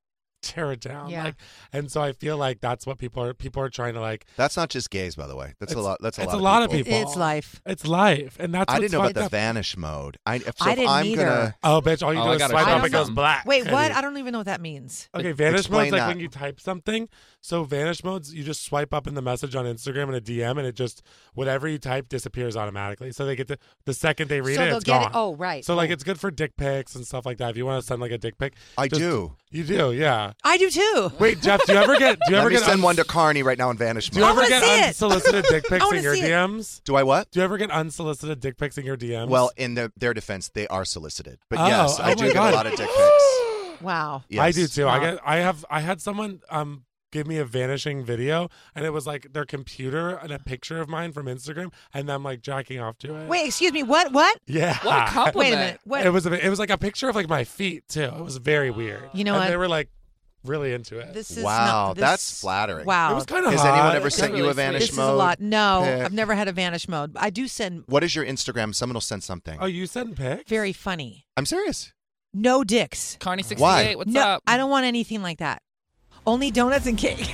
Speaker 7: tear it down.
Speaker 6: Yeah.
Speaker 7: Like, and so I feel like that's what people are. People are trying to like.
Speaker 4: That's not just gays, by the way. That's a
Speaker 7: It's-
Speaker 4: lot. That's a
Speaker 7: it's
Speaker 4: lot.
Speaker 7: a lot of
Speaker 4: people.
Speaker 7: people.
Speaker 6: It's life.
Speaker 7: It's life, and that's.
Speaker 4: I
Speaker 7: what's
Speaker 4: didn't know about
Speaker 7: fucked
Speaker 4: the
Speaker 7: up.
Speaker 4: vanish mode. I, if, so
Speaker 6: I
Speaker 4: if
Speaker 6: didn't
Speaker 4: I'm
Speaker 6: either.
Speaker 4: gonna
Speaker 7: Oh, bitch! All you
Speaker 9: Oh,
Speaker 7: do
Speaker 9: I
Speaker 7: is
Speaker 9: gotta
Speaker 7: swipe
Speaker 6: try
Speaker 7: up; it goes
Speaker 9: some.
Speaker 7: black.
Speaker 6: Wait, what?
Speaker 7: Eddie.
Speaker 6: I don't even know what that means.
Speaker 7: Okay, vanish
Speaker 4: Explain
Speaker 7: mode's like
Speaker 4: that.
Speaker 7: when you type something. So vanish mode's you just swipe up in the message on Instagram and a DM, and it just whatever you type disappears automatically. So they get to the second they read
Speaker 6: so
Speaker 7: it,
Speaker 6: they'll
Speaker 7: it's
Speaker 6: get
Speaker 7: gone.
Speaker 6: it. Oh, right.
Speaker 7: So like
Speaker 6: Oh.
Speaker 7: it's good for dick pics and stuff like that. If you want to send like a dick pic,
Speaker 4: I
Speaker 7: just-
Speaker 4: do.
Speaker 7: you do, yeah.
Speaker 6: I do too.
Speaker 7: Wait, Jeff, do you ever get
Speaker 6: [laughs]
Speaker 7: do you
Speaker 4: Let
Speaker 7: ever
Speaker 4: me
Speaker 7: get
Speaker 4: send
Speaker 7: uns-
Speaker 4: one to Carney right now in vanish
Speaker 7: do you
Speaker 6: I
Speaker 4: mode.
Speaker 7: ever
Speaker 6: wanna
Speaker 7: get
Speaker 6: see it.
Speaker 7: unsolicited
Speaker 6: [laughs]
Speaker 7: dick pics
Speaker 6: wanna
Speaker 7: in your
Speaker 6: see it.
Speaker 7: DMs?
Speaker 4: Do I what?
Speaker 7: Do you ever get unsolicited dick pics in your DMs?
Speaker 4: Well, in their their defense, they are solicited. But
Speaker 7: Oh,
Speaker 4: yes,
Speaker 7: oh
Speaker 4: I do
Speaker 7: my
Speaker 4: get
Speaker 7: God.
Speaker 4: a lot of dick pics.
Speaker 6: Wow.
Speaker 4: Yes.
Speaker 7: [gasps] I do too. I
Speaker 6: Wow.
Speaker 7: get I have I had someone um give me a vanishing video and it was like their computer and a picture of mine from Instagram and them like jacking off to it.
Speaker 6: Wait, excuse me. What? What?
Speaker 7: Yeah.
Speaker 9: What a compliment.
Speaker 6: Wait a minute. What?
Speaker 7: It was a, it was like a picture of like my feet too. It was very weird.
Speaker 6: You know
Speaker 7: and
Speaker 6: what?
Speaker 7: They were like really into it.
Speaker 6: This is
Speaker 4: Wow,
Speaker 6: not, this,
Speaker 4: that's flattering.
Speaker 6: Wow.
Speaker 7: it was kind of
Speaker 4: Has
Speaker 7: hot.
Speaker 4: anyone ever
Speaker 9: It's
Speaker 4: sent you a
Speaker 9: really sweet.
Speaker 4: vanish
Speaker 6: this is
Speaker 4: mode?
Speaker 6: a lot. No,
Speaker 4: pic?
Speaker 6: I've never had a vanish mode. I do send
Speaker 4: What is your Instagram? Someone will send something.
Speaker 7: Oh, you send pics?
Speaker 6: very funny.
Speaker 4: I'm serious.
Speaker 6: No dicks.
Speaker 9: Carney sixty eight.
Speaker 4: Why?
Speaker 9: What's
Speaker 6: no,
Speaker 9: up?
Speaker 6: I don't want anything like that. Only donuts and cake. [laughs]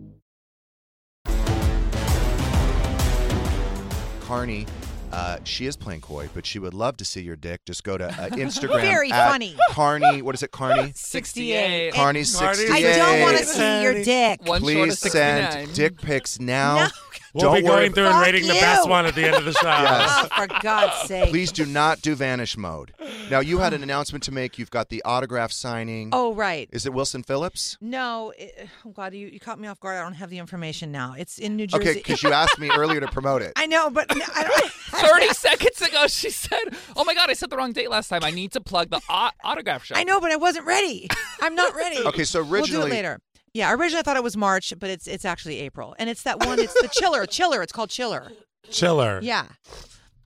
Speaker 4: Carney. Uh, she is playing coy, but she would love to see your dick. Just go to
Speaker 6: [laughs]
Speaker 4: uh, Instagram.
Speaker 6: Very
Speaker 4: at
Speaker 6: funny.
Speaker 4: Carney, what is
Speaker 6: [laughs]
Speaker 4: it, Carney?
Speaker 9: 68.
Speaker 4: Carney
Speaker 7: Carney.
Speaker 4: 68.
Speaker 6: I don't want to
Speaker 7: Yay.
Speaker 6: see your dick.
Speaker 9: One short of
Speaker 4: Please
Speaker 9: 69.
Speaker 4: send dick pics now.
Speaker 6: No.
Speaker 7: We'll
Speaker 4: Don't
Speaker 7: be
Speaker 4: worry.
Speaker 7: going through and
Speaker 6: Fuck
Speaker 7: rating the
Speaker 6: you.
Speaker 7: best one at the end
Speaker 6: [laughs]
Speaker 7: of the show.
Speaker 6: Oh, for God's sake.
Speaker 4: Please do not do vanish mode. Now, you
Speaker 6: [laughs]
Speaker 4: had an announcement to make. You've got the autograph signing.
Speaker 6: Oh, right.
Speaker 4: Is it Wilson Phillips?
Speaker 6: No, it, oh God, you, you caught me off guard. I don't have the information now. It's in New Jersey.
Speaker 4: Okay, because you asked me earlier to promote it.
Speaker 6: [laughs] I know, but no,
Speaker 9: [laughs]
Speaker 6: I don't.
Speaker 9: 30 seconds ago, she said, Oh my God, I said the wrong date last time. I need to plug the au- autograph show.
Speaker 6: I know, but I wasn't ready. I'm not ready.
Speaker 4: [laughs] Okay, so
Speaker 6: we'll
Speaker 4: originally-
Speaker 6: do it later. Yeah, originally I thought it was March, but it's it's actually April, and it's that one. It's the
Speaker 4: [laughs]
Speaker 6: chiller, chiller. It's called chiller.
Speaker 7: Chiller.
Speaker 6: Yeah,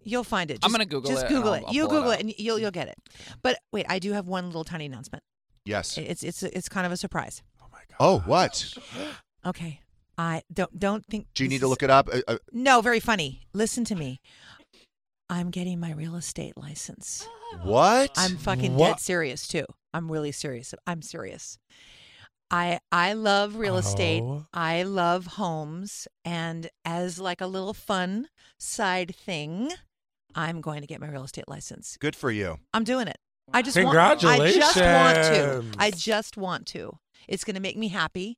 Speaker 6: you'll find it.
Speaker 9: I'm
Speaker 6: Just-
Speaker 9: gonna Google
Speaker 6: just
Speaker 9: it,
Speaker 6: Google
Speaker 9: and I'll-
Speaker 6: it.
Speaker 9: I'll
Speaker 6: you
Speaker 9: pull it
Speaker 6: Google it,
Speaker 9: up.
Speaker 6: and you'll you'll get it. But wait, I do have one little tiny announcement. [laughs]
Speaker 4: Yes.
Speaker 6: It's it's it's kind of a surprise.
Speaker 4: Oh, what?
Speaker 6: Okay, I don't don't think.
Speaker 4: Do you need
Speaker 6: this
Speaker 4: to
Speaker 6: is-
Speaker 4: look it up? Uh, uh,
Speaker 6: No, very funny. Listen to me. I'm getting my real estate license.
Speaker 4: what?
Speaker 6: I'm fucking
Speaker 7: Wha-
Speaker 6: dead serious too. I'm really serious. I'm serious. I I love real estate.
Speaker 7: Oh.
Speaker 6: I love homes and as like a little fun side thing, I'm going to get my real estate license.
Speaker 4: Good for you.
Speaker 6: I'm doing it. I just Want, I just want
Speaker 7: Congratulations.
Speaker 6: to. I just want to. It's going to make me happy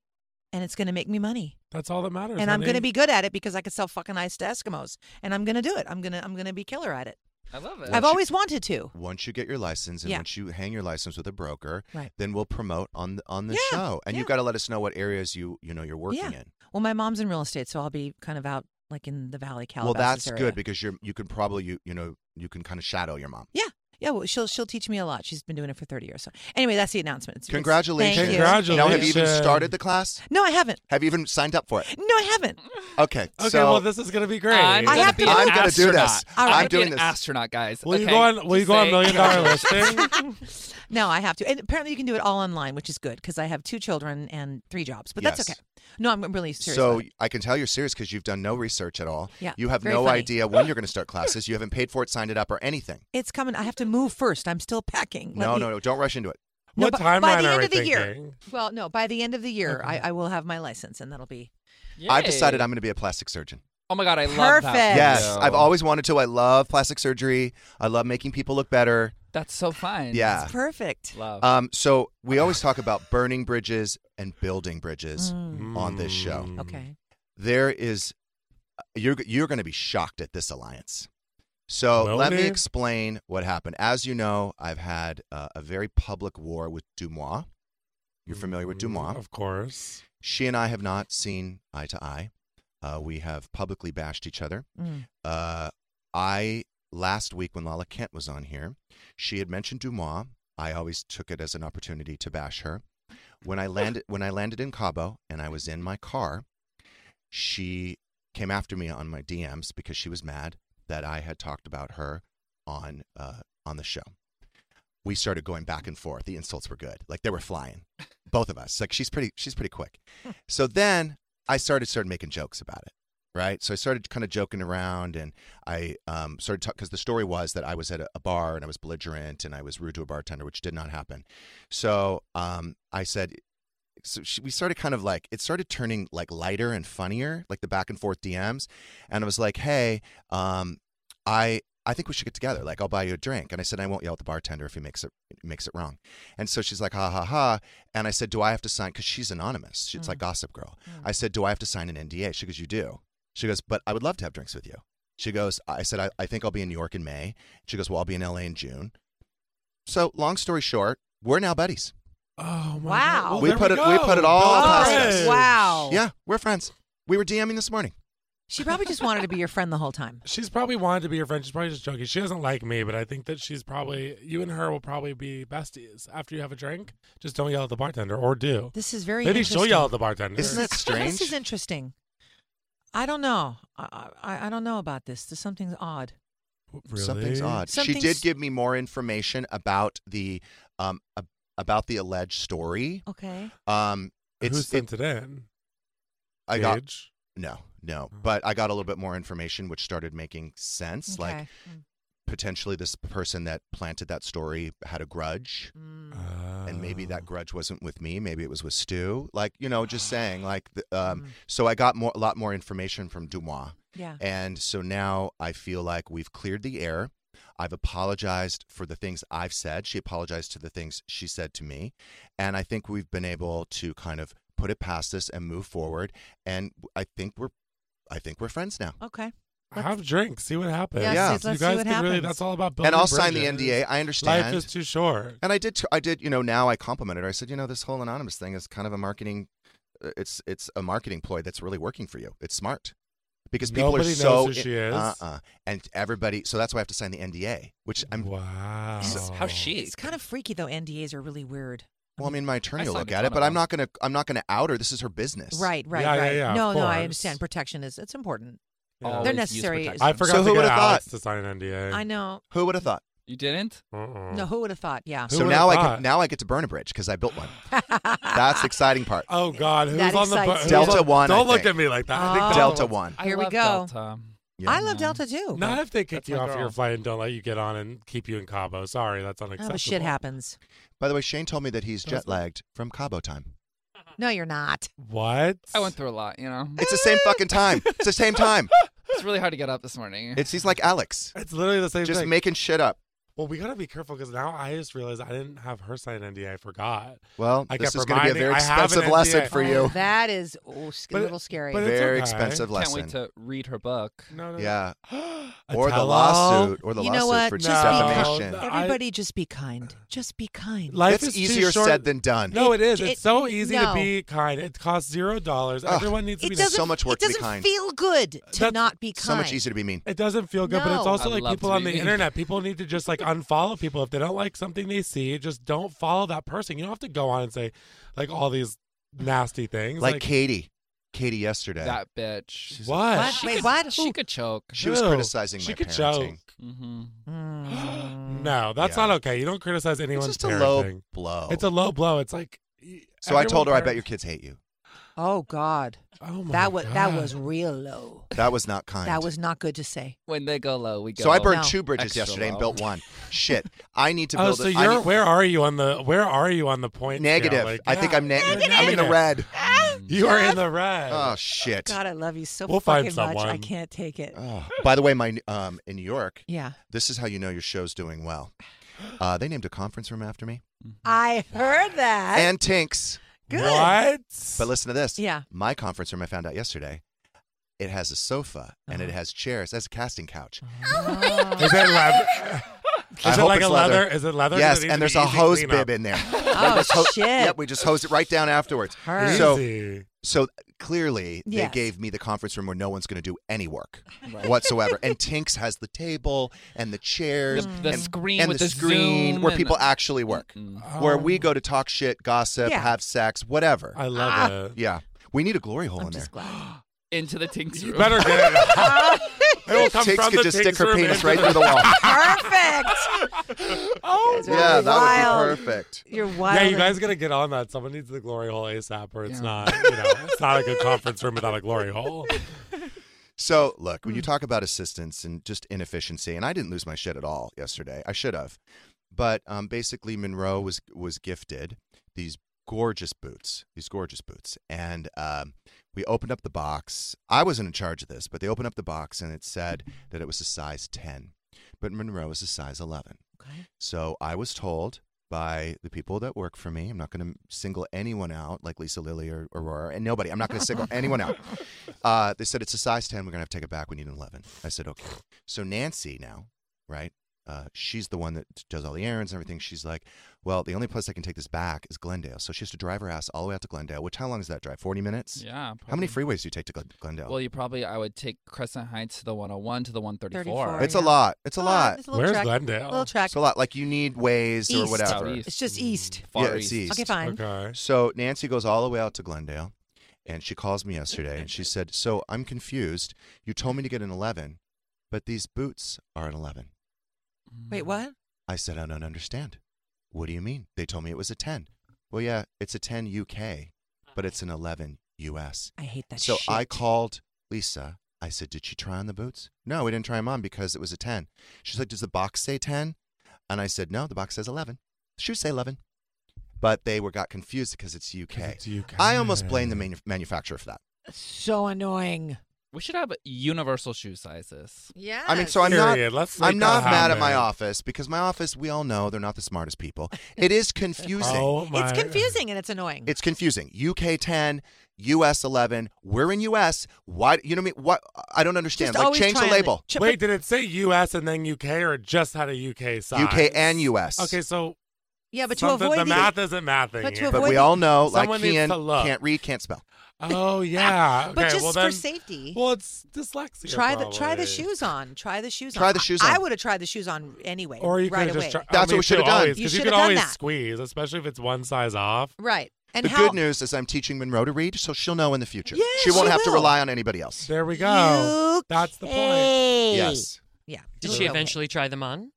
Speaker 6: and it's going to make me money
Speaker 7: That's all that matters.
Speaker 6: and I'm
Speaker 7: going
Speaker 6: gonna be good at it because I could sell fucking ice to Eskimos, and I'm gonna do it. I'm gonna I'm gonna be killer at it.
Speaker 9: I love it.
Speaker 6: I've always wanted to.
Speaker 4: Once you get your license and
Speaker 6: Yeah.
Speaker 4: once you hang your license with a broker,
Speaker 6: Right.
Speaker 4: then we'll promote on the, on the
Speaker 6: Yeah,
Speaker 4: show. And you've
Speaker 6: yeah.
Speaker 4: got to let us know what areas you you know you're working
Speaker 6: Yeah.
Speaker 4: in.
Speaker 6: Well, my mom's in real estate, so I'll be kind of out like in the Valley,
Speaker 4: well,
Speaker 6: Calabasas
Speaker 4: that's
Speaker 6: area.
Speaker 4: good because you're you can probably you you know you can kind of shadow your mom.
Speaker 6: yeah, yeah. Well, she'll she'll teach me a lot. She's been doing it for 30 years. So anyway, that's the announcement. It's- it's-
Speaker 4: Congratulations!
Speaker 6: Thank you.
Speaker 7: Congratulations.
Speaker 4: Now, have you even started the class?
Speaker 6: No, I haven't.
Speaker 4: Have you even signed up for it?
Speaker 6: [laughs] No, I haven't.
Speaker 4: Okay.
Speaker 7: Okay,
Speaker 4: so
Speaker 7: well, this is going to be great.
Speaker 9: I'm
Speaker 6: I
Speaker 9: gonna
Speaker 6: have
Speaker 9: be
Speaker 6: to-
Speaker 9: an
Speaker 6: I'm
Speaker 4: gonna do this.
Speaker 9: astronaut.
Speaker 4: All
Speaker 9: I'm
Speaker 4: right.
Speaker 9: gonna be
Speaker 4: doing
Speaker 9: an
Speaker 4: this.
Speaker 9: astronaut, guys.
Speaker 7: Will you
Speaker 9: okay?
Speaker 7: go on? Will you
Speaker 9: Just
Speaker 7: go on
Speaker 9: saying.
Speaker 7: million dollar listing?
Speaker 6: [laughs] No, I have to. And apparently, you can do it all online, which is good because I have two children and three jobs. But that's
Speaker 4: Yes.
Speaker 6: okay. No, I'm really serious.
Speaker 4: So
Speaker 6: about it.
Speaker 4: I can tell you're serious because you've done no research at all.
Speaker 6: Yeah,
Speaker 4: You have
Speaker 6: very
Speaker 4: no
Speaker 6: funny.
Speaker 4: idea when you're going to start classes. You haven't paid for it, signed it up, or anything.
Speaker 6: it's coming. I have to move first. I'm still packing. [laughs] Let
Speaker 4: no,
Speaker 6: me-
Speaker 4: no, no. Don't rush into it.
Speaker 7: What
Speaker 6: bu-
Speaker 7: timeline
Speaker 6: by the
Speaker 7: are
Speaker 6: end
Speaker 7: we
Speaker 6: of the year?
Speaker 7: thinking?
Speaker 6: Well, no, by the end of the year, I, I will have my license, and that'll be
Speaker 4: I've
Speaker 9: Yay.
Speaker 4: decided I'm going to be a plastic surgeon.
Speaker 9: Oh my God, I love that.
Speaker 6: Perfect.
Speaker 9: for
Speaker 4: Yes,
Speaker 9: you.
Speaker 4: I've always wanted to. I love plastic surgery. I love making people look better.
Speaker 9: That's so fun.
Speaker 4: Yeah.
Speaker 6: it's perfect.
Speaker 9: Love.
Speaker 4: Um, so we always talk about burning bridges and building bridges on this Mm. show.
Speaker 6: Mm. Okay.
Speaker 4: There is, uh, you're you're going to be shocked at this alliance. So
Speaker 7: Will
Speaker 4: let me
Speaker 7: do.
Speaker 4: explain what happened. As you know, I've had uh, a very public war with Dumois. You're familiar with Dumois.
Speaker 7: Of course.
Speaker 4: She and I have not seen eye to eye. Uh, we have publicly bashed each other.
Speaker 6: Mm.
Speaker 4: Uh, I last week when Lala Kent was on here, she had mentioned Dumois. I always took it as an opportunity to bash her. When I landed when I landed in Cabo and I was in my car, she came after me on my DMs because she was mad that I had talked about her on uh, on the show. We started going back and forth. The insults were good. Like they were flying. Both of us. Like she's pretty she's pretty quick. So then I started started making jokes about it right? So I started kind of joking around, and I um, started talking because the story was that I was at a, a bar and I was belligerent and I was rude to a bartender, which did not happen. So um, I said, so she, we started kind of like it started turning like lighter and funnier, like the back and forth DMs, and I was like, hey, um, I. I think we should get together. Like, I'll buy you a drink. And I said, I won't yell at the bartender if he makes it makes it wrong. And so she's like, ha ha ha. And I said, Do I have to sign? Because she's anonymous. She's like Gossip Girl. I said, Do I have to sign an NDA? She goes, You do. She goes, but I would love to have drinks with you. She goes, I said, I, I think I'll be in New York in May. She goes, well, I'll be in LA in June. So, long story short, we're now buddies.
Speaker 7: Oh my
Speaker 6: Wow.
Speaker 7: God.
Speaker 4: we
Speaker 7: There
Speaker 4: put it, we
Speaker 7: go.
Speaker 4: put it all
Speaker 7: Built
Speaker 4: past
Speaker 7: friends.
Speaker 4: us.
Speaker 6: Wow.
Speaker 4: Yeah, we're friends. We were DMing this morning.
Speaker 6: She probably just wanted to be your friend the whole time.
Speaker 7: She's probably wanted to be your friend. She's probably just joking. She doesn't like me, but I think that she's probably you and her will probably be besties after you have a drink. Just don't yell at the bartender, or do.
Speaker 6: This is very
Speaker 7: Maybe
Speaker 6: interesting.
Speaker 7: she'll yell at the bartender.
Speaker 4: Isn't that strange?
Speaker 6: [laughs] This is interesting. I don't know. I, I, I don't know about this. There's something's odd.
Speaker 7: Really?
Speaker 4: Something's odd.
Speaker 6: Something's-
Speaker 4: She did give me more information about the um ab- about the alleged story.
Speaker 6: Okay.
Speaker 4: Um,
Speaker 7: Who
Speaker 4: it's
Speaker 7: sent
Speaker 4: it,
Speaker 7: it, in?
Speaker 4: I got
Speaker 7: Paige?
Speaker 4: no no, but I got a little bit more information, which started making sense. Like
Speaker 6: Okay. Mm.
Speaker 4: potentially this person that planted that story had a grudge
Speaker 6: Mm.
Speaker 7: Uh,
Speaker 4: and maybe that grudge wasn't with me maybe it was with stu like you know just saying like the, um, so i got more a lot more information from dumois
Speaker 6: Yeah.
Speaker 4: and so now i feel like we've cleared the air i've apologized for the things i've said she apologized to the things she said to me and i think we've been able to kind of put it past us and move forward and i think we're i think we're friends now
Speaker 6: Okay.
Speaker 7: Have drinks. See what happens.
Speaker 6: Yes,
Speaker 4: Yeah.
Speaker 6: let's
Speaker 7: you
Speaker 6: see
Speaker 7: guys
Speaker 6: what
Speaker 7: can really.
Speaker 6: happens.
Speaker 7: That's all about building.
Speaker 4: and i'll sign the
Speaker 7: bridges.
Speaker 4: nda i understand
Speaker 7: Life is too short.
Speaker 4: And I did, I did, you know, now I complimented her. I said, you know, this whole anonymous thing is kind of a marketing, uh, it's it's a marketing ploy that's really working for you. It's smart because people
Speaker 7: Nobody
Speaker 4: are
Speaker 7: knows
Speaker 4: so
Speaker 7: who she is.
Speaker 4: Uh-uh. and everybody. So that's why I have to sign the NDA, which I'm.
Speaker 7: Wow.
Speaker 9: How she?
Speaker 6: It's kind of freaky though. NDAs are really weird.
Speaker 4: Well, I mean, my attorney
Speaker 9: I
Speaker 4: will
Speaker 9: signed
Speaker 4: look
Speaker 9: a
Speaker 4: at
Speaker 9: ton
Speaker 4: it,
Speaker 9: of
Speaker 4: but I'm
Speaker 9: them.
Speaker 4: not gonna, I'm not gonna out her. This is her business.
Speaker 6: Right. Right.
Speaker 7: Yeah, yeah,
Speaker 6: right.
Speaker 7: yeah, of
Speaker 6: no, no, I
Speaker 7: course.
Speaker 6: understand. Protection is it's important.
Speaker 7: Yeah.
Speaker 9: Always
Speaker 6: They're
Speaker 9: use
Speaker 6: necessary.
Speaker 9: protection.
Speaker 7: I forgot
Speaker 4: So
Speaker 7: to
Speaker 4: who
Speaker 7: get
Speaker 4: would've
Speaker 7: Alex
Speaker 4: thought?
Speaker 7: to sign an NDA.
Speaker 6: I know.
Speaker 4: Who would have thought?
Speaker 9: You didn't?
Speaker 7: Uh-uh.
Speaker 6: No, who would have thought? Yeah. [laughs]
Speaker 7: Who
Speaker 4: so
Speaker 7: would've
Speaker 4: now I
Speaker 7: thought?
Speaker 4: can, now I get to burn a bridge because I built one. that's the exciting
Speaker 7: [laughs]
Speaker 4: part.
Speaker 7: Oh God, who's
Speaker 6: That
Speaker 7: on the bu-
Speaker 6: excites
Speaker 7: who's
Speaker 4: Delta
Speaker 7: on-
Speaker 4: One, I
Speaker 7: Don't look
Speaker 4: think.
Speaker 7: at me like that. I
Speaker 6: Oh.
Speaker 7: think
Speaker 4: Delta
Speaker 7: One.
Speaker 4: one.
Speaker 9: I
Speaker 6: Here we
Speaker 9: love
Speaker 6: go.
Speaker 9: Delta.
Speaker 4: Yeah.
Speaker 6: I love Delta too.
Speaker 7: Not if they kick
Speaker 9: That's
Speaker 7: you
Speaker 9: my
Speaker 7: off your
Speaker 9: girl.
Speaker 7: flight and don't let you get on and keep you in Cabo. Sorry, that's
Speaker 6: Oh,
Speaker 7: unacceptable.
Speaker 6: but shit happens.
Speaker 4: By the way, Shane told me that he's
Speaker 7: Sounds
Speaker 4: jet lagged from Cabo time.
Speaker 6: No, you're not.
Speaker 7: What?
Speaker 9: I went through a lot, you know.
Speaker 4: It's the same fucking time. It's the
Speaker 9: [laughs]
Speaker 4: same time.
Speaker 9: It's really hard to get up this morning.
Speaker 4: It's he's like Alex,
Speaker 7: It's literally the same
Speaker 4: just
Speaker 7: thing.
Speaker 4: making shit up.
Speaker 7: well, we gotta be careful because now I just realized I didn't have her sign an NDA. I forgot.
Speaker 4: Well,
Speaker 7: I
Speaker 4: this
Speaker 7: kept
Speaker 4: is going to be a
Speaker 7: reminding-
Speaker 4: very
Speaker 7: I have an
Speaker 4: expensive
Speaker 7: NDA.
Speaker 4: lesson for
Speaker 7: Oh,
Speaker 4: you.
Speaker 6: That is oh, sc- a
Speaker 7: But-
Speaker 6: little scary.
Speaker 7: but it's
Speaker 4: Very
Speaker 7: okay.
Speaker 4: expensive
Speaker 9: Can't
Speaker 4: lesson.
Speaker 9: wait to read her book.
Speaker 7: No, no, no.
Speaker 4: yeah,
Speaker 7: A
Speaker 4: or the
Speaker 7: tell-all?
Speaker 4: lawsuit, or the
Speaker 6: you
Speaker 4: lawsuit
Speaker 6: know what?
Speaker 4: for
Speaker 6: Just
Speaker 7: No.
Speaker 4: defamation.
Speaker 7: No.
Speaker 6: Everybody, just be kind. Just be kind.
Speaker 7: Life
Speaker 4: That's
Speaker 7: is too
Speaker 4: easier
Speaker 7: short.
Speaker 4: said than done.
Speaker 7: No, it is.
Speaker 6: It-
Speaker 7: It's so easy to
Speaker 6: no.
Speaker 7: be kind. It costs zero dollars.
Speaker 4: Ugh.
Speaker 7: Everyone needs to
Speaker 6: it
Speaker 7: be.
Speaker 6: doesn't.
Speaker 4: so much work
Speaker 6: it
Speaker 4: to be
Speaker 6: doesn't
Speaker 4: kind.
Speaker 6: feel good to
Speaker 7: That's
Speaker 6: not be kind.
Speaker 4: so much easier to be mean.
Speaker 7: It doesn't feel good, but it's
Speaker 6: No.
Speaker 7: also
Speaker 9: I'd
Speaker 7: like
Speaker 9: love
Speaker 7: people
Speaker 9: to
Speaker 7: on
Speaker 9: be
Speaker 7: the
Speaker 9: me.
Speaker 7: internet. People need to
Speaker 6: [laughs]
Speaker 7: just like unfollow people if they don't like something they see. Just don't follow that person. You don't have to go on and say like all these nasty things.
Speaker 4: Like, Katie, Katie yesterday,
Speaker 9: That bitch.
Speaker 7: what?
Speaker 6: What? Wait, what?
Speaker 9: She
Speaker 6: Who-
Speaker 9: could choke.
Speaker 4: she was
Speaker 7: Ew.
Speaker 4: criticizing
Speaker 7: She
Speaker 4: my
Speaker 7: could
Speaker 4: parenting.
Speaker 7: choke.
Speaker 9: Mm-hmm.
Speaker 6: Mm.
Speaker 7: [gasps] No, that's
Speaker 4: Yeah.
Speaker 7: not okay. You don't criticize
Speaker 4: It's
Speaker 7: anyone's
Speaker 4: just a low
Speaker 7: parenting.
Speaker 4: blow.
Speaker 7: It's a low blow. It's like.
Speaker 4: so I told her, I bet your kids hate you.
Speaker 6: Oh God,
Speaker 7: Oh my
Speaker 6: that was that
Speaker 7: God.
Speaker 6: was real low.
Speaker 4: That was not kind.
Speaker 6: That was not good to say.
Speaker 9: When they go low, we go.
Speaker 4: So I burned
Speaker 6: No.
Speaker 4: two bridges
Speaker 9: Extra
Speaker 4: yesterday and
Speaker 9: low.
Speaker 4: built one. Shit, I need to
Speaker 7: Oh,
Speaker 4: build.
Speaker 7: so
Speaker 4: a-
Speaker 7: you're
Speaker 4: I need-
Speaker 7: where are you on the where are you on the point? scale?
Speaker 4: negative?
Speaker 7: Like,
Speaker 4: I think
Speaker 7: yeah,
Speaker 4: I'm ne-
Speaker 7: you're
Speaker 4: I'm in the
Speaker 7: negative. Mm.
Speaker 4: red.
Speaker 7: You are in the red.
Speaker 4: Oh shit.
Speaker 6: God, I love you so
Speaker 7: We'll find
Speaker 6: fucking much. I
Speaker 7: someone.
Speaker 6: can't take it.
Speaker 4: Oh. By the way, my um in New York,
Speaker 6: Yeah,
Speaker 4: this is how you know your show's doing well. Uh, they named a conference room after me.
Speaker 7: Mm-hmm.
Speaker 6: I heard that. [laughs]
Speaker 4: and Tinks.
Speaker 6: Good.
Speaker 7: What?
Speaker 4: But listen to this.
Speaker 6: Yeah.
Speaker 4: My conference room I found out yesterday. It has a sofa and it has chairs. It has a casting couch.
Speaker 6: Oh,
Speaker 7: Is
Speaker 6: [laughs]
Speaker 7: it leather?
Speaker 4: I
Speaker 7: Is it
Speaker 4: hope
Speaker 7: like
Speaker 4: it's
Speaker 7: a
Speaker 4: leather.
Speaker 7: leather? Is it leather?
Speaker 4: yes,
Speaker 7: Does it need to
Speaker 4: and there's
Speaker 7: be
Speaker 4: a
Speaker 7: easy
Speaker 4: hose
Speaker 7: cleanup?
Speaker 4: bib in there.
Speaker 6: oh
Speaker 4: Ho-
Speaker 6: shit.
Speaker 4: Yep, we just hose it right down afterwards.
Speaker 6: Her.
Speaker 4: So,
Speaker 7: Easy.
Speaker 4: So clearly,
Speaker 6: Yes.
Speaker 4: they gave me the conference room where no one's going to do any work
Speaker 9: Right.
Speaker 4: [laughs] whatsoever. and Tinks has the table and the chairs,
Speaker 9: The- the
Speaker 4: and,
Speaker 9: screen
Speaker 4: and
Speaker 9: with
Speaker 4: the,
Speaker 9: the
Speaker 4: screen
Speaker 9: Zoom
Speaker 4: where
Speaker 9: and
Speaker 4: people
Speaker 9: the-
Speaker 4: actually work, where
Speaker 7: Um,
Speaker 4: we go to talk shit, gossip,
Speaker 9: Yeah.
Speaker 4: have sex, whatever. I
Speaker 7: love it.
Speaker 4: Yeah, we need a glory hole in there.
Speaker 9: [laughs] into the Tinks room. [laughs]
Speaker 7: better get
Speaker 4: [laughs]
Speaker 9: it.
Speaker 7: will come
Speaker 4: Tinks
Speaker 7: from
Speaker 4: could
Speaker 7: the
Speaker 4: just stick
Speaker 7: Tinks
Speaker 4: her
Speaker 7: room
Speaker 4: penis
Speaker 7: into
Speaker 4: right
Speaker 7: the-
Speaker 4: through the wall. [laughs]
Speaker 6: Perfect. oh,
Speaker 4: yeah, that would be perfect.
Speaker 6: You're wild.
Speaker 7: [laughs] Yeah, you guys gotta get on that. Someone needs the glory hole ASAP, or it's not. You know, it's not a good conference room without a glory hole.
Speaker 4: So, look,
Speaker 7: Hmm.
Speaker 4: when you talk about assistance and just inefficiency, and I didn't lose my shit at all yesterday. I should have, but um, basically, Monroe was was gifted these gorgeous boots, these gorgeous boots, and um, we opened up the box. I wasn't in charge of this, but they opened up the box and it said that it was a size ten, but Monroe is a size eleven.
Speaker 6: Okay.
Speaker 4: So I was told by the people that work for me, I'm not going to single anyone out like Lisa Lilly or Aurora and nobody. I'm not going to single anyone out. Uh, they said it's a size 10. We're going to have to take it back. We need an 11. I said, okay. So Nancy now, right? Uh, she's the one that does all the errands and everything. She's like, well, the only place I can take this back is Glendale. So she has to drive her ass all the way out to Glendale, which how long is that drive? 40 minutes?
Speaker 9: Yeah,
Speaker 4: How many freeways do you take to Glen- Glendale?
Speaker 9: Well, you probably I would take Crescent Heights to the 101 to the 134.
Speaker 4: it's a lot.
Speaker 6: Oh,
Speaker 4: It's a lot.
Speaker 6: it's a little Where's track- Glendale? little track.
Speaker 4: It's a lot. Like you need ways or
Speaker 6: East.
Speaker 4: whatever.
Speaker 6: It's just east.
Speaker 4: yeah, it's east.
Speaker 6: Okay, fine.
Speaker 4: So Nancy goes all the way out to Glendale, and she calls me yesterday, and she said, "So I'm confused. You told me to get an 11, but these boots are an 11."
Speaker 6: Wait, what?
Speaker 4: I said, "I don't understand. What do you mean? They told me it was a 10." Well, yeah, it's a 10 UK, but it's an 11 US.
Speaker 6: I hate that
Speaker 4: So
Speaker 6: shit.
Speaker 4: I called Lisa. I said, "Did she try on the boots?" No, we didn't try them on because it was a 10. She's like, "Does the box say 10?" And I said, "No, the box says 11." The shoes say 11 but they were got confused because it's UK. I almost blame the manu- manufacturer for that.
Speaker 6: So annoying.
Speaker 9: We should have universal shoe sizes.
Speaker 6: Yeah.
Speaker 4: I mean, so I'm not.
Speaker 7: Period. Let's
Speaker 4: I'm
Speaker 7: make
Speaker 4: not
Speaker 7: that
Speaker 4: mad at
Speaker 7: happen.
Speaker 4: my office because my office, we all know, they're not the smartest people. It is confusing.
Speaker 7: Oh my!
Speaker 6: It's confusing and it's annoying.
Speaker 4: It's confusing. UK 10, US 11. We're in US. Why? You know what I mean? What? I don't understand. like, change the label.
Speaker 7: Wait, did it say U.S. and then U.K. or it just had a U.K. size?
Speaker 4: UK and US.
Speaker 7: Okay, so
Speaker 6: yeah, but to
Speaker 7: something-
Speaker 6: avoid
Speaker 7: the
Speaker 6: the-
Speaker 7: math isn't mathing.
Speaker 6: but to
Speaker 7: here.
Speaker 4: But we all know, like,
Speaker 7: Someone needs
Speaker 4: Kian
Speaker 7: to look.
Speaker 4: can't read, can't spell.
Speaker 7: Oh yeah.
Speaker 6: [laughs] but
Speaker 7: Okay,
Speaker 6: just
Speaker 7: well,
Speaker 6: for
Speaker 7: then-
Speaker 6: safety.
Speaker 7: Well, it's dyslexia.
Speaker 6: Try the try the
Speaker 7: probably.
Speaker 6: shoes on. Try the shoes on.
Speaker 4: Try the shoes
Speaker 6: I, I
Speaker 4: on.
Speaker 6: would have tried the shoes on anyway.
Speaker 7: Or you
Speaker 6: right
Speaker 7: could
Speaker 6: away.
Speaker 7: just try. I
Speaker 4: That's what
Speaker 7: mean,
Speaker 4: we should've
Speaker 7: too,
Speaker 4: done.
Speaker 7: always,
Speaker 6: You
Speaker 7: 'cause you
Speaker 6: should've
Speaker 7: could
Speaker 6: done
Speaker 7: always
Speaker 6: that.
Speaker 7: squeeze, especially if it's one size off.
Speaker 6: right. And
Speaker 4: the
Speaker 6: how
Speaker 4: good news is I'm teaching Monroe to read, so she'll know in the future.
Speaker 6: Yeah,
Speaker 4: she won't
Speaker 6: she
Speaker 4: have to
Speaker 6: will.
Speaker 4: rely on anybody else.
Speaker 7: There we go.
Speaker 6: you
Speaker 7: That's the point.
Speaker 6: Hey.
Speaker 4: Yes.
Speaker 6: Yeah.
Speaker 11: Did
Speaker 6: it'll
Speaker 11: she
Speaker 6: go away.
Speaker 11: eventually try them on?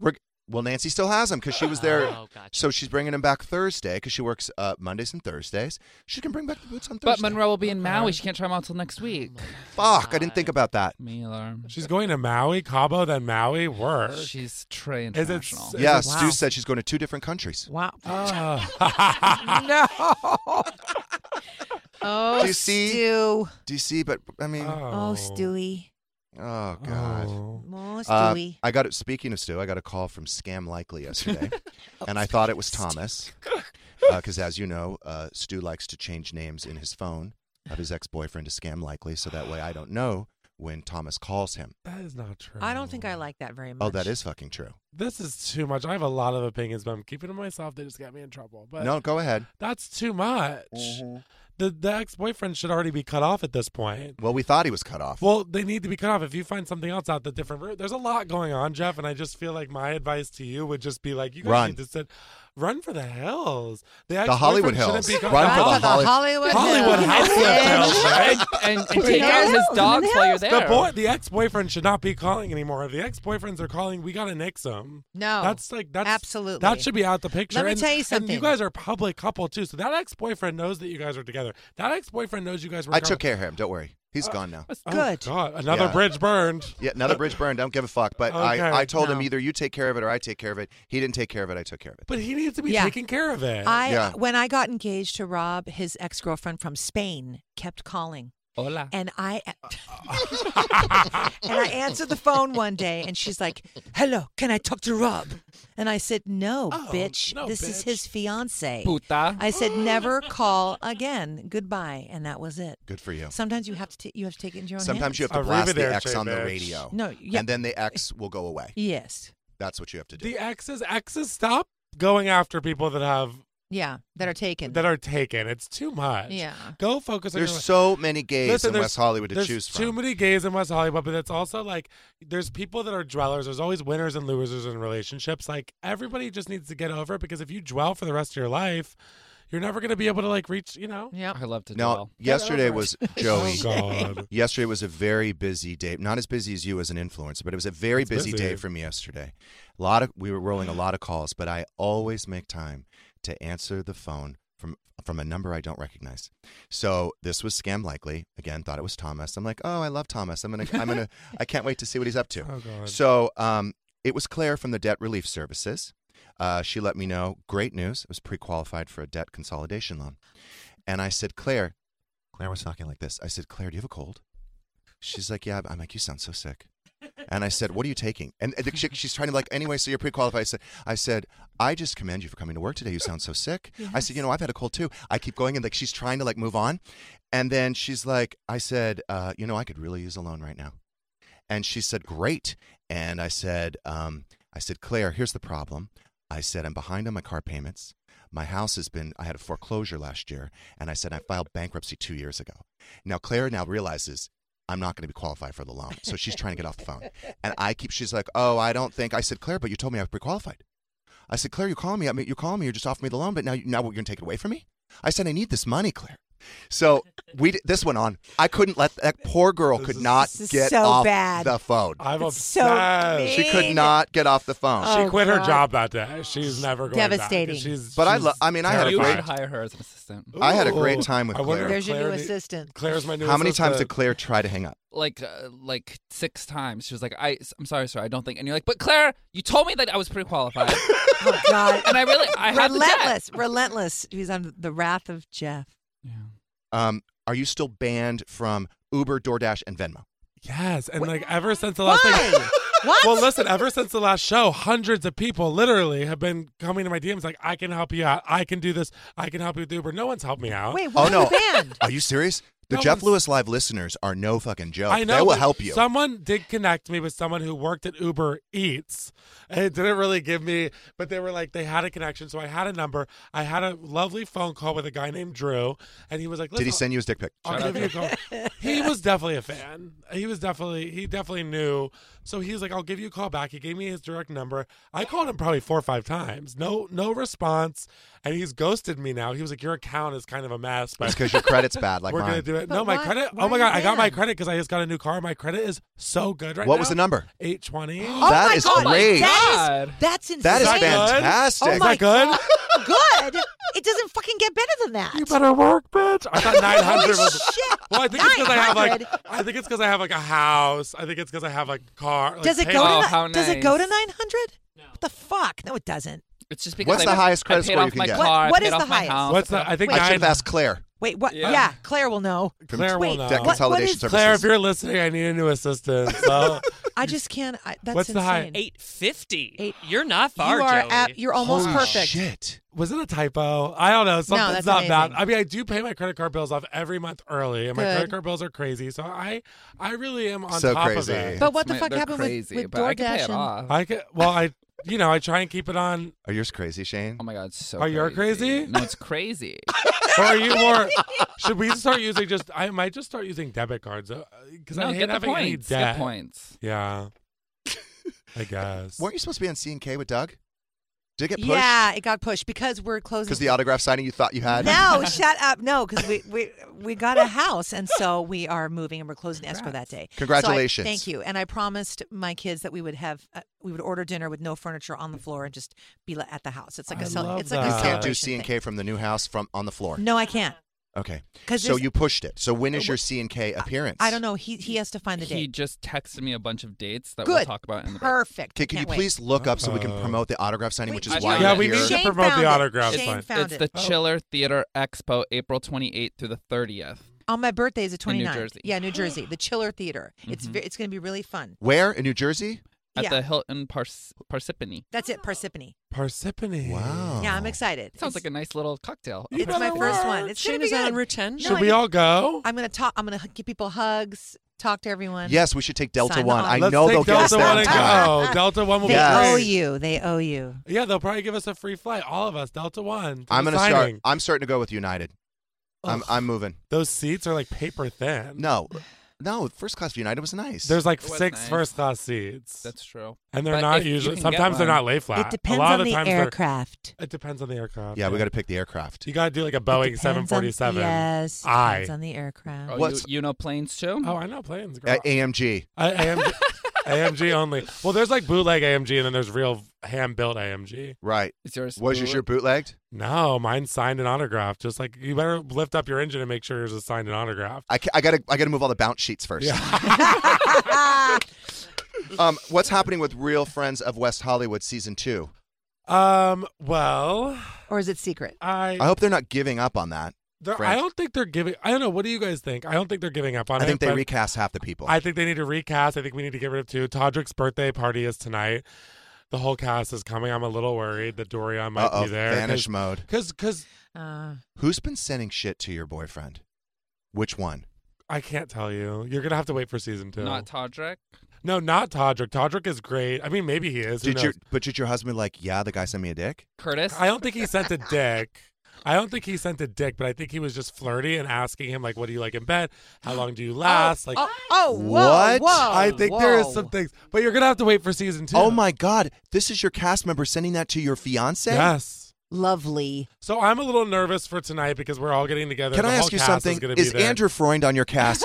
Speaker 4: We're, well, Nancy still has them because she was there.
Speaker 11: Oh, gotcha.
Speaker 4: So she's bringing them back Thursday because she works uh, Mondays and Thursdays. She can bring back the boots on
Speaker 9: But
Speaker 4: Thursday.
Speaker 9: Monroe will be in Maui. She can't try them out till
Speaker 6: Oh
Speaker 9: next week.
Speaker 4: fuck, I didn't think about
Speaker 9: [sighs]
Speaker 4: that.
Speaker 9: Me alarm.
Speaker 7: She's going to Maui, Cabo, then Maui. Work.
Speaker 9: She's Trey
Speaker 7: Is it
Speaker 9: International. [laughs]
Speaker 7: s-
Speaker 4: Yeah,
Speaker 6: Wow.
Speaker 4: Stu said she's going to two different countries.
Speaker 6: Wow.
Speaker 7: [laughs] Uh, Oh.
Speaker 6: no. oh,
Speaker 4: Do you see?
Speaker 6: Stu.
Speaker 4: Do you see? But I mean, oh,
Speaker 6: [laughs] Oh, Stewie.
Speaker 4: god.
Speaker 7: Oh.
Speaker 6: Oh,
Speaker 4: Uh,
Speaker 6: Stewie.
Speaker 4: I got it. Speaking of Stu, I got a call from Scam
Speaker 6: [laughs]
Speaker 4: Likely yesterday,
Speaker 6: Oh,
Speaker 4: and I thought it was Thomas, because as you know, uh, Stu likes to change names in his phone of his ex-boyfriend to Scam Likely, so that way I don't know when Thomas calls him.
Speaker 7: That is not true.
Speaker 6: I don't think I like that very much.
Speaker 4: Oh, that is fucking true.
Speaker 7: This is too much. I have a lot of opinions, but I'm keeping to myself. They just got me in trouble. But
Speaker 4: no, go ahead.
Speaker 7: that's too much.
Speaker 4: Mm-hmm.
Speaker 7: The the ex boyfriend should already be cut off at this point.
Speaker 4: Well, we thought he was cut off.
Speaker 7: Well, they need to be cut off. If you find something else out the different route, there's a lot going on, Jeff. And I just feel like my advice to you would just be like, you guys
Speaker 4: Run.
Speaker 7: need to sit, run for the hills. The,
Speaker 4: the Hollywood
Speaker 7: ex-boyfriend shouldn't
Speaker 4: Hills.
Speaker 7: be
Speaker 4: Run for
Speaker 7: cut
Speaker 4: the
Speaker 7: off.
Speaker 6: Run for the
Speaker 4: Holly-
Speaker 6: Hollywood,
Speaker 7: Hollywood
Speaker 6: Hills.
Speaker 7: Hollywood Hills, right?
Speaker 6: [laughs]
Speaker 9: and, and take care of his dogs while you're there.
Speaker 7: The boy, the ex-boyfriend should not be calling anymore. If the ex-boyfriends are calling, we gotta nix them.
Speaker 6: No.
Speaker 7: that's like that's
Speaker 6: Absolutely.
Speaker 7: that should be out the picture.
Speaker 6: Let me
Speaker 7: and,
Speaker 6: tell you
Speaker 7: And you
Speaker 6: something.
Speaker 7: guys are a public couple too, so that ex-boyfriend knows that you guys are together. That ex-boyfriend knows you guys were.
Speaker 4: I took
Speaker 7: couple-
Speaker 4: care of him. Don't worry. He's
Speaker 6: [laughs]
Speaker 4: gone now.
Speaker 7: Oh,
Speaker 6: Good.
Speaker 7: God, another
Speaker 4: Yeah.
Speaker 7: bridge burned.
Speaker 4: Yeah, another bridge burned. Don't give a fuck. But
Speaker 7: Okay.
Speaker 4: I, I told him
Speaker 6: No.
Speaker 4: either you take care of it or I take care of it. He didn't take care of it. I took care of it.
Speaker 7: But he needs to be
Speaker 6: Yeah.
Speaker 7: taking care of it.
Speaker 6: I
Speaker 4: Yeah.
Speaker 6: when I got engaged to Rob, his ex girlfriend from Spain kept calling,
Speaker 9: Hola.
Speaker 6: and I
Speaker 7: Uh,
Speaker 6: [laughs]
Speaker 7: [laughs]
Speaker 6: and I answered the phone one day, and she's like, "Hello, can I talk to Rob?" And I said, "No,
Speaker 7: Oh,
Speaker 6: bitch.
Speaker 7: no,
Speaker 6: this is
Speaker 7: bitch."
Speaker 6: his fiance."
Speaker 9: Puta.
Speaker 6: I said,
Speaker 7: [gasps]
Speaker 6: "Never call again. Goodbye." And that was it.
Speaker 4: Good for you.
Speaker 6: Sometimes you have to t- you have to take it into your own
Speaker 4: Sometimes you
Speaker 6: hands.
Speaker 4: have to blast the
Speaker 7: Arrivederci,
Speaker 4: X on the
Speaker 7: bitch.
Speaker 4: radio.
Speaker 6: No, yeah.
Speaker 4: And then the X will go away.
Speaker 6: Yes.
Speaker 4: That's what you have to do.
Speaker 7: the exes, exes, stop going after people that have
Speaker 6: Yeah, that are taken.
Speaker 7: that are taken. It's too much.
Speaker 6: Yeah.
Speaker 7: Go focus on
Speaker 4: There's
Speaker 7: your life.
Speaker 4: so many gays
Speaker 7: Listen,
Speaker 4: in
Speaker 7: there's-
Speaker 4: West Hollywood to
Speaker 7: there's
Speaker 4: choose
Speaker 7: Too
Speaker 4: from.
Speaker 7: many gays in West Hollywood, but it's also like there's people that are dwellers. There's always winners and losers in relationships. Like everybody just needs to get over it because if you dwell for the rest of your life, you're never going to be able to like reach. You know.
Speaker 6: Yeah.
Speaker 9: I love to
Speaker 4: Now,
Speaker 9: dwell.
Speaker 4: yesterday
Speaker 7: [laughs] over it.
Speaker 4: was Joey.
Speaker 7: Oh, God.
Speaker 4: Yesterday was a very busy day. Not as busy as you as an influencer, but it was a very
Speaker 7: It's
Speaker 4: busy, day
Speaker 7: busy.
Speaker 4: from yesterday. A lot of we were rolling a lot of calls, but I always make time to answer the phone from from a number I don't recognize. So this was scam likely. Again, thought it was Thomas. I'm like, oh, I love Thomas. I'm gonna, I'm
Speaker 7: [laughs]
Speaker 4: gonna, I can't wait to see what he's up to.
Speaker 7: Oh, God.
Speaker 4: So um, it was Claire from the Debt Relief Services. Uh, she let me know great news. I was pre qualified for a debt consolidation loan. And I said, Claire, Claire was talking like this. I said, Claire, do you have a cold? She's like, yeah. I'm like, you sound so sick. And I said, what are you taking? And the chick, she's trying to like, anyway, so you're pre-qualified. I said, I said, I just commend you for coming to work today. You sound so sick. I said, you know, I've had a cold too. I keep going and like, she's trying to like move on. And then she's like, I said, uh, you know, I could really use a loan right now. And she said, great. And I said, um, I said, Claire, here's the problem. I said, I'm behind on my car payments. My house has been, I had a foreclosure last year. And I said, I filed bankruptcy two years ago. Now, Claire now realizes I'm not going to be qualified for the loan. So she's trying to get off the phone. And I keep, she's like, oh, I don't think. I said, Claire, but you told me I was pre qualified. I said, Claire, you call me. I mean, you call me. You just offered me the loan, but now, you- now you're going to take it away from me? I said, I need this money, Claire. So we d- this went on. I couldn't let that poor girl could not
Speaker 6: This is
Speaker 4: get
Speaker 6: so
Speaker 4: off
Speaker 6: bad.
Speaker 4: the phone.
Speaker 7: I'm
Speaker 6: That's so
Speaker 7: obsessed.
Speaker 4: She could not get off the phone.
Speaker 6: Oh,
Speaker 7: she quit her
Speaker 6: God.
Speaker 7: job that day. She's never going
Speaker 6: Devastating.
Speaker 7: Back. She's,
Speaker 4: But I
Speaker 7: she's
Speaker 4: lo- I mean, I had a
Speaker 9: you
Speaker 7: terrified.
Speaker 9: should hire her as an assistant.
Speaker 4: I had a great
Speaker 7: Ooh.
Speaker 4: time with
Speaker 7: I wonder
Speaker 4: Claire.
Speaker 7: if
Speaker 6: There's your new
Speaker 7: Claire need-
Speaker 6: assistant.
Speaker 7: Claire's my new.
Speaker 4: How many times did
Speaker 7: assistant.
Speaker 4: Claire try to hang up?
Speaker 9: Like, uh, like six times. She was like, I, I'm sorry, sir, I don't think. And you're like, but Claire, you told me that I was pre-qualified.
Speaker 6: Oh
Speaker 7: [laughs]
Speaker 6: God.
Speaker 9: and I really, I had the debt.
Speaker 6: relentless, relentless. He's on the wrath of Jeff.
Speaker 4: Um, are you still banned from Uber, DoorDash, and Venmo?
Speaker 7: Yes, and
Speaker 6: Wh-
Speaker 7: like ever since the
Speaker 6: Why?
Speaker 7: last thing.
Speaker 6: [laughs] what?
Speaker 7: Well, listen, ever since the last show, hundreds of people literally have been coming to my DMs like, I can help you out. I can do this. I can help you with Uber. No one's helped me out.
Speaker 6: Wait, why
Speaker 4: oh no!
Speaker 6: are you banned?
Speaker 4: Are you serious? The
Speaker 7: No
Speaker 4: Jeff
Speaker 7: one's-
Speaker 4: Lewis Live listeners are no fucking joke.
Speaker 7: I know.
Speaker 4: they will
Speaker 7: but
Speaker 4: help you.
Speaker 7: Someone did connect me with someone who worked at Uber Eats. And it didn't really give me, but they were like, they had a connection. So I had a number. I had a lovely phone call with a guy named Drew. And he was like,
Speaker 4: Did he
Speaker 7: "Listen,
Speaker 4: send you his dick pic?
Speaker 7: I'll give you a call. He was definitely a fan. He was definitely he definitely knew. So he was like, "I'll give you a call back." He gave me his direct number. I called him probably four or five times. No, no response. And he's ghosted me now. He was like, "Your account is kind of a
Speaker 4: [laughs]
Speaker 7: mess,
Speaker 4: It's
Speaker 7: but
Speaker 4: because your credit's bad, like
Speaker 7: we're
Speaker 4: mine.
Speaker 7: gonna do it."
Speaker 6: But
Speaker 7: no, my
Speaker 6: why-
Speaker 7: credit.
Speaker 6: why
Speaker 7: Oh my
Speaker 6: are
Speaker 7: god,
Speaker 6: you
Speaker 7: I got my
Speaker 6: banned?
Speaker 7: credit because I just got a new car. My credit is so good right now.
Speaker 4: what was the number?
Speaker 7: Eight twenty.
Speaker 6: Oh
Speaker 4: [laughs] [gasps] That
Speaker 6: my
Speaker 4: is
Speaker 6: God,
Speaker 4: great.
Speaker 6: That
Speaker 9: God.
Speaker 6: is, that's insane.
Speaker 4: That is
Speaker 7: Is that good?
Speaker 4: fantastic.
Speaker 6: Oh
Speaker 7: Is
Speaker 6: my
Speaker 7: that good?
Speaker 6: God. good. It doesn't fucking get better than that.
Speaker 7: You better work, bitch. I thought nine hundred
Speaker 6: Holy
Speaker 4: [laughs]
Speaker 7: was.
Speaker 6: shit.
Speaker 7: Well, I think it's because I have like
Speaker 6: 900.
Speaker 7: I think it's because I have like a house. I think it's because I have like car. Like
Speaker 6: Does it
Speaker 7: pay-
Speaker 6: go?
Speaker 9: Oh,
Speaker 6: to,
Speaker 9: how
Speaker 6: ni- Does it go to
Speaker 9: nice.
Speaker 6: 900? What the fuck? No, it doesn't.
Speaker 9: It's just because
Speaker 4: What's
Speaker 9: I,
Speaker 4: the highest
Speaker 9: I paid
Speaker 4: credit score you
Speaker 9: off
Speaker 4: can
Speaker 9: my
Speaker 4: get?
Speaker 9: car,
Speaker 6: What-
Speaker 9: I
Speaker 6: what
Speaker 9: paid
Speaker 6: is
Speaker 9: off
Speaker 6: the
Speaker 9: my
Speaker 6: highest?
Speaker 9: house.
Speaker 7: What's the? I think
Speaker 4: I should have
Speaker 7: nine-
Speaker 4: asked Claire.
Speaker 6: Wait, what?
Speaker 9: Yeah.
Speaker 6: Yeah, Claire will know.
Speaker 7: Claire
Speaker 6: Wait,
Speaker 7: will know.
Speaker 4: Debt
Speaker 6: What- what
Speaker 4: consolidation
Speaker 6: is-
Speaker 4: services.
Speaker 7: Claire, if you're listening, I need a new
Speaker 9: [laughs]
Speaker 7: assistant. So
Speaker 6: I just can't. I, that's
Speaker 7: What's the
Speaker 6: insane.
Speaker 7: high-
Speaker 11: Eight fifty.
Speaker 6: Eight-
Speaker 11: You're not far,
Speaker 6: you are
Speaker 11: Joey.
Speaker 6: at, you're almost
Speaker 4: Holy
Speaker 6: perfect.
Speaker 4: Shit.
Speaker 7: was it a typo? I don't know. Something's
Speaker 6: that's
Speaker 7: not bad.
Speaker 6: amazing.
Speaker 7: I mean, I do pay my credit card bills off every month early, and my
Speaker 6: Good.
Speaker 7: credit card bills are crazy. So I, I really am on
Speaker 4: So
Speaker 7: top
Speaker 4: crazy.
Speaker 7: of it.
Speaker 6: But what the
Speaker 9: My-
Speaker 6: fuck
Speaker 9: they're
Speaker 6: happened
Speaker 9: crazy,
Speaker 6: with, with
Speaker 9: but I can pay
Speaker 6: DoorDash?
Speaker 9: it
Speaker 6: and-
Speaker 9: off.
Speaker 7: I could, well, I, you know, I try and keep it on.
Speaker 4: Are yours crazy, Shane?
Speaker 9: Oh my god, it's so
Speaker 7: Are you crazy?
Speaker 9: No, it's
Speaker 7: [laughs]
Speaker 9: crazy.
Speaker 7: Or are
Speaker 6: [laughs]
Speaker 7: you more? should we start using just? I might just start using debit cards because
Speaker 9: no,
Speaker 7: I hate
Speaker 9: get the
Speaker 7: having any
Speaker 9: points.
Speaker 7: debt.
Speaker 9: Get points.
Speaker 7: Yeah, I guess.
Speaker 4: Weren't you supposed to be on C and K with Doug? Did it get pushed?
Speaker 6: Yeah, it got pushed because we're closing.
Speaker 4: Because the autograph signing you thought you had. [laughs]
Speaker 6: no, shut up. No, because we, we we got a house, and so we are moving, and we're closing escrow that day. So I-
Speaker 4: Congratulations.
Speaker 6: thank you. And I promised my kids that we would have uh, we would order dinner with no furniture on the floor and just be le- at the house. It's like
Speaker 7: I
Speaker 6: a cel-
Speaker 7: love
Speaker 6: it's
Speaker 4: You
Speaker 6: like a
Speaker 7: that.
Speaker 4: can't do
Speaker 6: celebration
Speaker 4: C and
Speaker 6: thing.
Speaker 4: K from the new house from on the floor.
Speaker 6: No, I can't.
Speaker 4: Okay.
Speaker 6: 'Cause
Speaker 4: So
Speaker 6: there's-
Speaker 4: you pushed it. So when is your C and K appearance?
Speaker 6: I don't know. He he has to find the
Speaker 9: He
Speaker 6: date.
Speaker 9: just texted me a bunch of dates that
Speaker 6: Good.
Speaker 9: we'll talk about in the break.
Speaker 6: Perfect.
Speaker 4: Okay, can you
Speaker 6: Can't wait.
Speaker 4: please look up so we can
Speaker 7: Uh,
Speaker 4: promote the autograph signing,
Speaker 6: Wait,
Speaker 4: which is
Speaker 9: I
Speaker 4: why
Speaker 9: found Yeah,
Speaker 4: you're
Speaker 9: we
Speaker 4: here.
Speaker 9: need to
Speaker 6: Shane
Speaker 7: promote the
Speaker 6: found it.
Speaker 7: autograph
Speaker 6: Shane
Speaker 7: sign.
Speaker 6: found
Speaker 9: it's
Speaker 6: it.
Speaker 9: the Chiller Theater Expo, April 28th through the 30th.
Speaker 6: On my birthday is the 29th.
Speaker 9: In New Jersey. Mm-hmm.
Speaker 6: Yeah, New Jersey. The Chiller Theater. It's ve- it's going to be really fun.
Speaker 4: Where in New Jersey?
Speaker 9: At
Speaker 6: yeah.
Speaker 9: the Hilton Pars- Parsippany.
Speaker 6: That's it, Persephone.
Speaker 7: Parsippany.
Speaker 4: Wow.
Speaker 6: Yeah, I'm excited.
Speaker 9: Sounds
Speaker 6: It's-
Speaker 9: like a nice little cocktail.
Speaker 7: You
Speaker 6: It's my
Speaker 7: better
Speaker 6: first
Speaker 7: work.
Speaker 6: one. It's
Speaker 11: Shane
Speaker 6: gonna be
Speaker 11: is
Speaker 6: good.
Speaker 11: on Route 10.
Speaker 6: No,
Speaker 7: Should
Speaker 6: I
Speaker 7: we
Speaker 6: get-
Speaker 7: all go?
Speaker 6: I'm gonna talk. I'm gonna h- give people hugs. talk to everyone.
Speaker 4: Yes, we should take Delta
Speaker 6: Sign
Speaker 4: One.
Speaker 6: on.
Speaker 4: I know they'll get us there
Speaker 7: One
Speaker 4: in
Speaker 7: and
Speaker 4: time.
Speaker 7: go. Delta One will
Speaker 6: They
Speaker 7: be
Speaker 6: owe
Speaker 7: great.
Speaker 6: you. They owe you.
Speaker 7: Yeah, they'll probably give us a free flight, all of us. Delta One.
Speaker 4: I'm
Speaker 7: going
Speaker 4: gonna
Speaker 7: to
Speaker 4: start. I'm starting to go with United. I'm
Speaker 7: Ugh.
Speaker 4: I'm moving.
Speaker 7: Those seats are like paper thin.
Speaker 4: No, no, first class for United was nice.
Speaker 7: There's like
Speaker 6: Oh,
Speaker 9: It was
Speaker 7: six
Speaker 9: nice.
Speaker 7: first class seats.
Speaker 9: That's true.
Speaker 7: And they're
Speaker 9: But
Speaker 7: not
Speaker 9: if you
Speaker 7: usually.
Speaker 9: can get
Speaker 7: Sometimes they're
Speaker 9: one-
Speaker 7: not lay flat.
Speaker 6: It depends
Speaker 7: a lot
Speaker 6: on
Speaker 7: of the,
Speaker 6: the
Speaker 7: times they're-
Speaker 6: aircraft.
Speaker 7: It depends on the aircraft.
Speaker 4: yeah, we got to pick the aircraft.
Speaker 7: You got to do like a
Speaker 6: It
Speaker 7: Boeing
Speaker 6: depends on-
Speaker 7: 747.
Speaker 6: yes.
Speaker 7: I.
Speaker 6: Depends on the aircraft.
Speaker 9: Oh,
Speaker 7: [laughs]
Speaker 4: What's-
Speaker 9: you, you know planes too?
Speaker 7: Oh, I know planes. Girl.
Speaker 4: Uh, AMG.
Speaker 7: I, AMG, AMG only. Well, there's like bootleg AMG, and then there's real hand built AMG.
Speaker 4: Right.
Speaker 9: Is yours
Speaker 4: Was your
Speaker 9: blue?
Speaker 4: shirt bootlegged?
Speaker 7: No, mine signed and autographed. Just like you better lift up your engine and make sure yours is signed and autographed.
Speaker 4: I, ca- I gotta I gotta move all the bounce sheets first.
Speaker 7: Yeah.
Speaker 4: [laughs] Um, what's happening with Real Friends of West Hollywood season two?
Speaker 7: Um. Well,
Speaker 6: [laughs] Or is it secret?
Speaker 7: I.
Speaker 4: I hope they're not giving up on that.
Speaker 7: they're- I
Speaker 4: Frank.
Speaker 7: don't think they're giving. I don't know. What do you guys think? I don't think they're giving up on
Speaker 4: I
Speaker 7: it.
Speaker 4: think they
Speaker 7: but
Speaker 4: recast half the people.
Speaker 7: I think they need to recast. I think we need to get rid of two. Todrick's birthday party is tonight. The whole cast is coming. I'm a little worried that Dorian might
Speaker 4: Uh-oh,
Speaker 7: be there.
Speaker 4: vanish mode.
Speaker 7: Because because
Speaker 6: Uh,
Speaker 4: Who's been sending shit to your boyfriend? Which one?
Speaker 7: I can't tell you. You're gonna have to wait for season two.
Speaker 9: Not Todrick.
Speaker 7: no, not Todrick. Todrick is great. I mean, maybe he is. Who
Speaker 4: Did your
Speaker 7: knows?
Speaker 4: but did your husband like? Yeah, the guy sent me a dick.
Speaker 9: Curtis.
Speaker 7: I don't think he sent a dick. I don't think he sent a dick, but I think he was just flirty and asking him like, "What do you like in bed? How long do you last?" Ah, Like,
Speaker 6: [gasps] oh, oh, whoa,
Speaker 4: What?
Speaker 6: whoa,
Speaker 7: I think there is
Speaker 6: whoa.
Speaker 7: some things, but you're gonna have to wait for season two.
Speaker 4: Oh my god, this is your cast member sending that to your fiance.
Speaker 7: Yes.
Speaker 6: lovely. [laughs]
Speaker 7: So I'm a little nervous for tonight because we're all getting together.
Speaker 4: Can
Speaker 7: The
Speaker 4: I
Speaker 7: whole
Speaker 4: ask you
Speaker 7: cast
Speaker 4: something?
Speaker 7: Is, gonna be
Speaker 4: Is
Speaker 7: there.
Speaker 4: Andrew Freund on your
Speaker 7: [laughs]
Speaker 4: cast?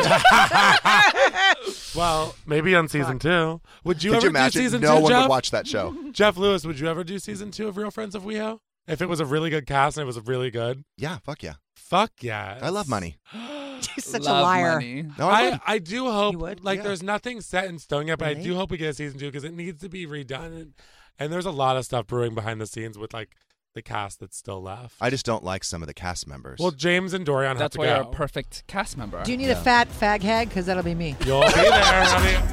Speaker 7: Well, maybe on season two. Would you
Speaker 4: Could
Speaker 7: ever
Speaker 4: you imagine?
Speaker 7: do season
Speaker 4: no
Speaker 7: two,
Speaker 4: one
Speaker 7: Jeff?
Speaker 4: would watch that show.
Speaker 7: Jeff Lewis, would you ever do season two of Real Friends of WeHo? If it was a really good cast and it was really good,
Speaker 4: Yeah, fuck yeah.
Speaker 7: fuck yeah.
Speaker 4: I love money.
Speaker 6: You're such
Speaker 9: Love
Speaker 6: a liar.
Speaker 9: money.
Speaker 4: No, I,
Speaker 7: I,
Speaker 4: would.
Speaker 7: I do hope
Speaker 6: You would?
Speaker 7: like
Speaker 4: Yeah.
Speaker 7: there's nothing set in stone yet, but I
Speaker 6: Really?
Speaker 7: do hope we get a season two because it needs to be redone and, and there's a lot of stuff brewing behind the scenes with like the cast that's still left.
Speaker 4: I just don't like some of the cast members.
Speaker 7: well, James and Dorian
Speaker 9: That's
Speaker 7: have
Speaker 9: why
Speaker 7: to
Speaker 9: you're a
Speaker 7: go.
Speaker 9: perfect cast member.
Speaker 6: Do you need a fat fag hag? Because that'll be me.
Speaker 7: You'll be there,
Speaker 9: [laughs]
Speaker 7: honey.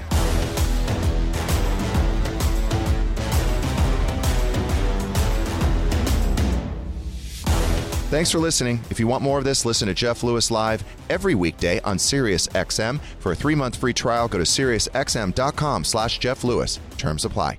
Speaker 4: Thanks for listening. If you want more of this, listen to Jeff Lewis live every weekday on SiriusXM. For a three-month free trial, go to SiriusXM.com slash Jeff Lewis. Terms apply.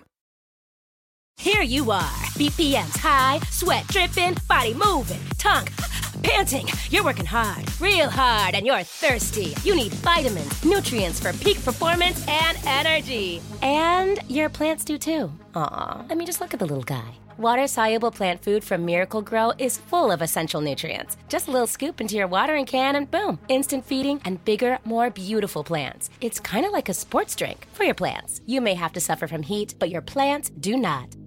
Speaker 12: Here you are, BPMs high, sweat dripping, body moving, tongue [laughs] panting. You're working hard, real hard, and you're thirsty. You need vitamins, nutrients for peak performance and energy. And your plants do too. Aw, I mean, just look at the little guy. Water soluble plant food from Miracle Grow is full of essential nutrients. Just a little scoop into your watering can and boom, instant feeding and bigger, more beautiful plants. It's kind of like a sports drink for your plants. You may have to suffer from heat, but your plants do not.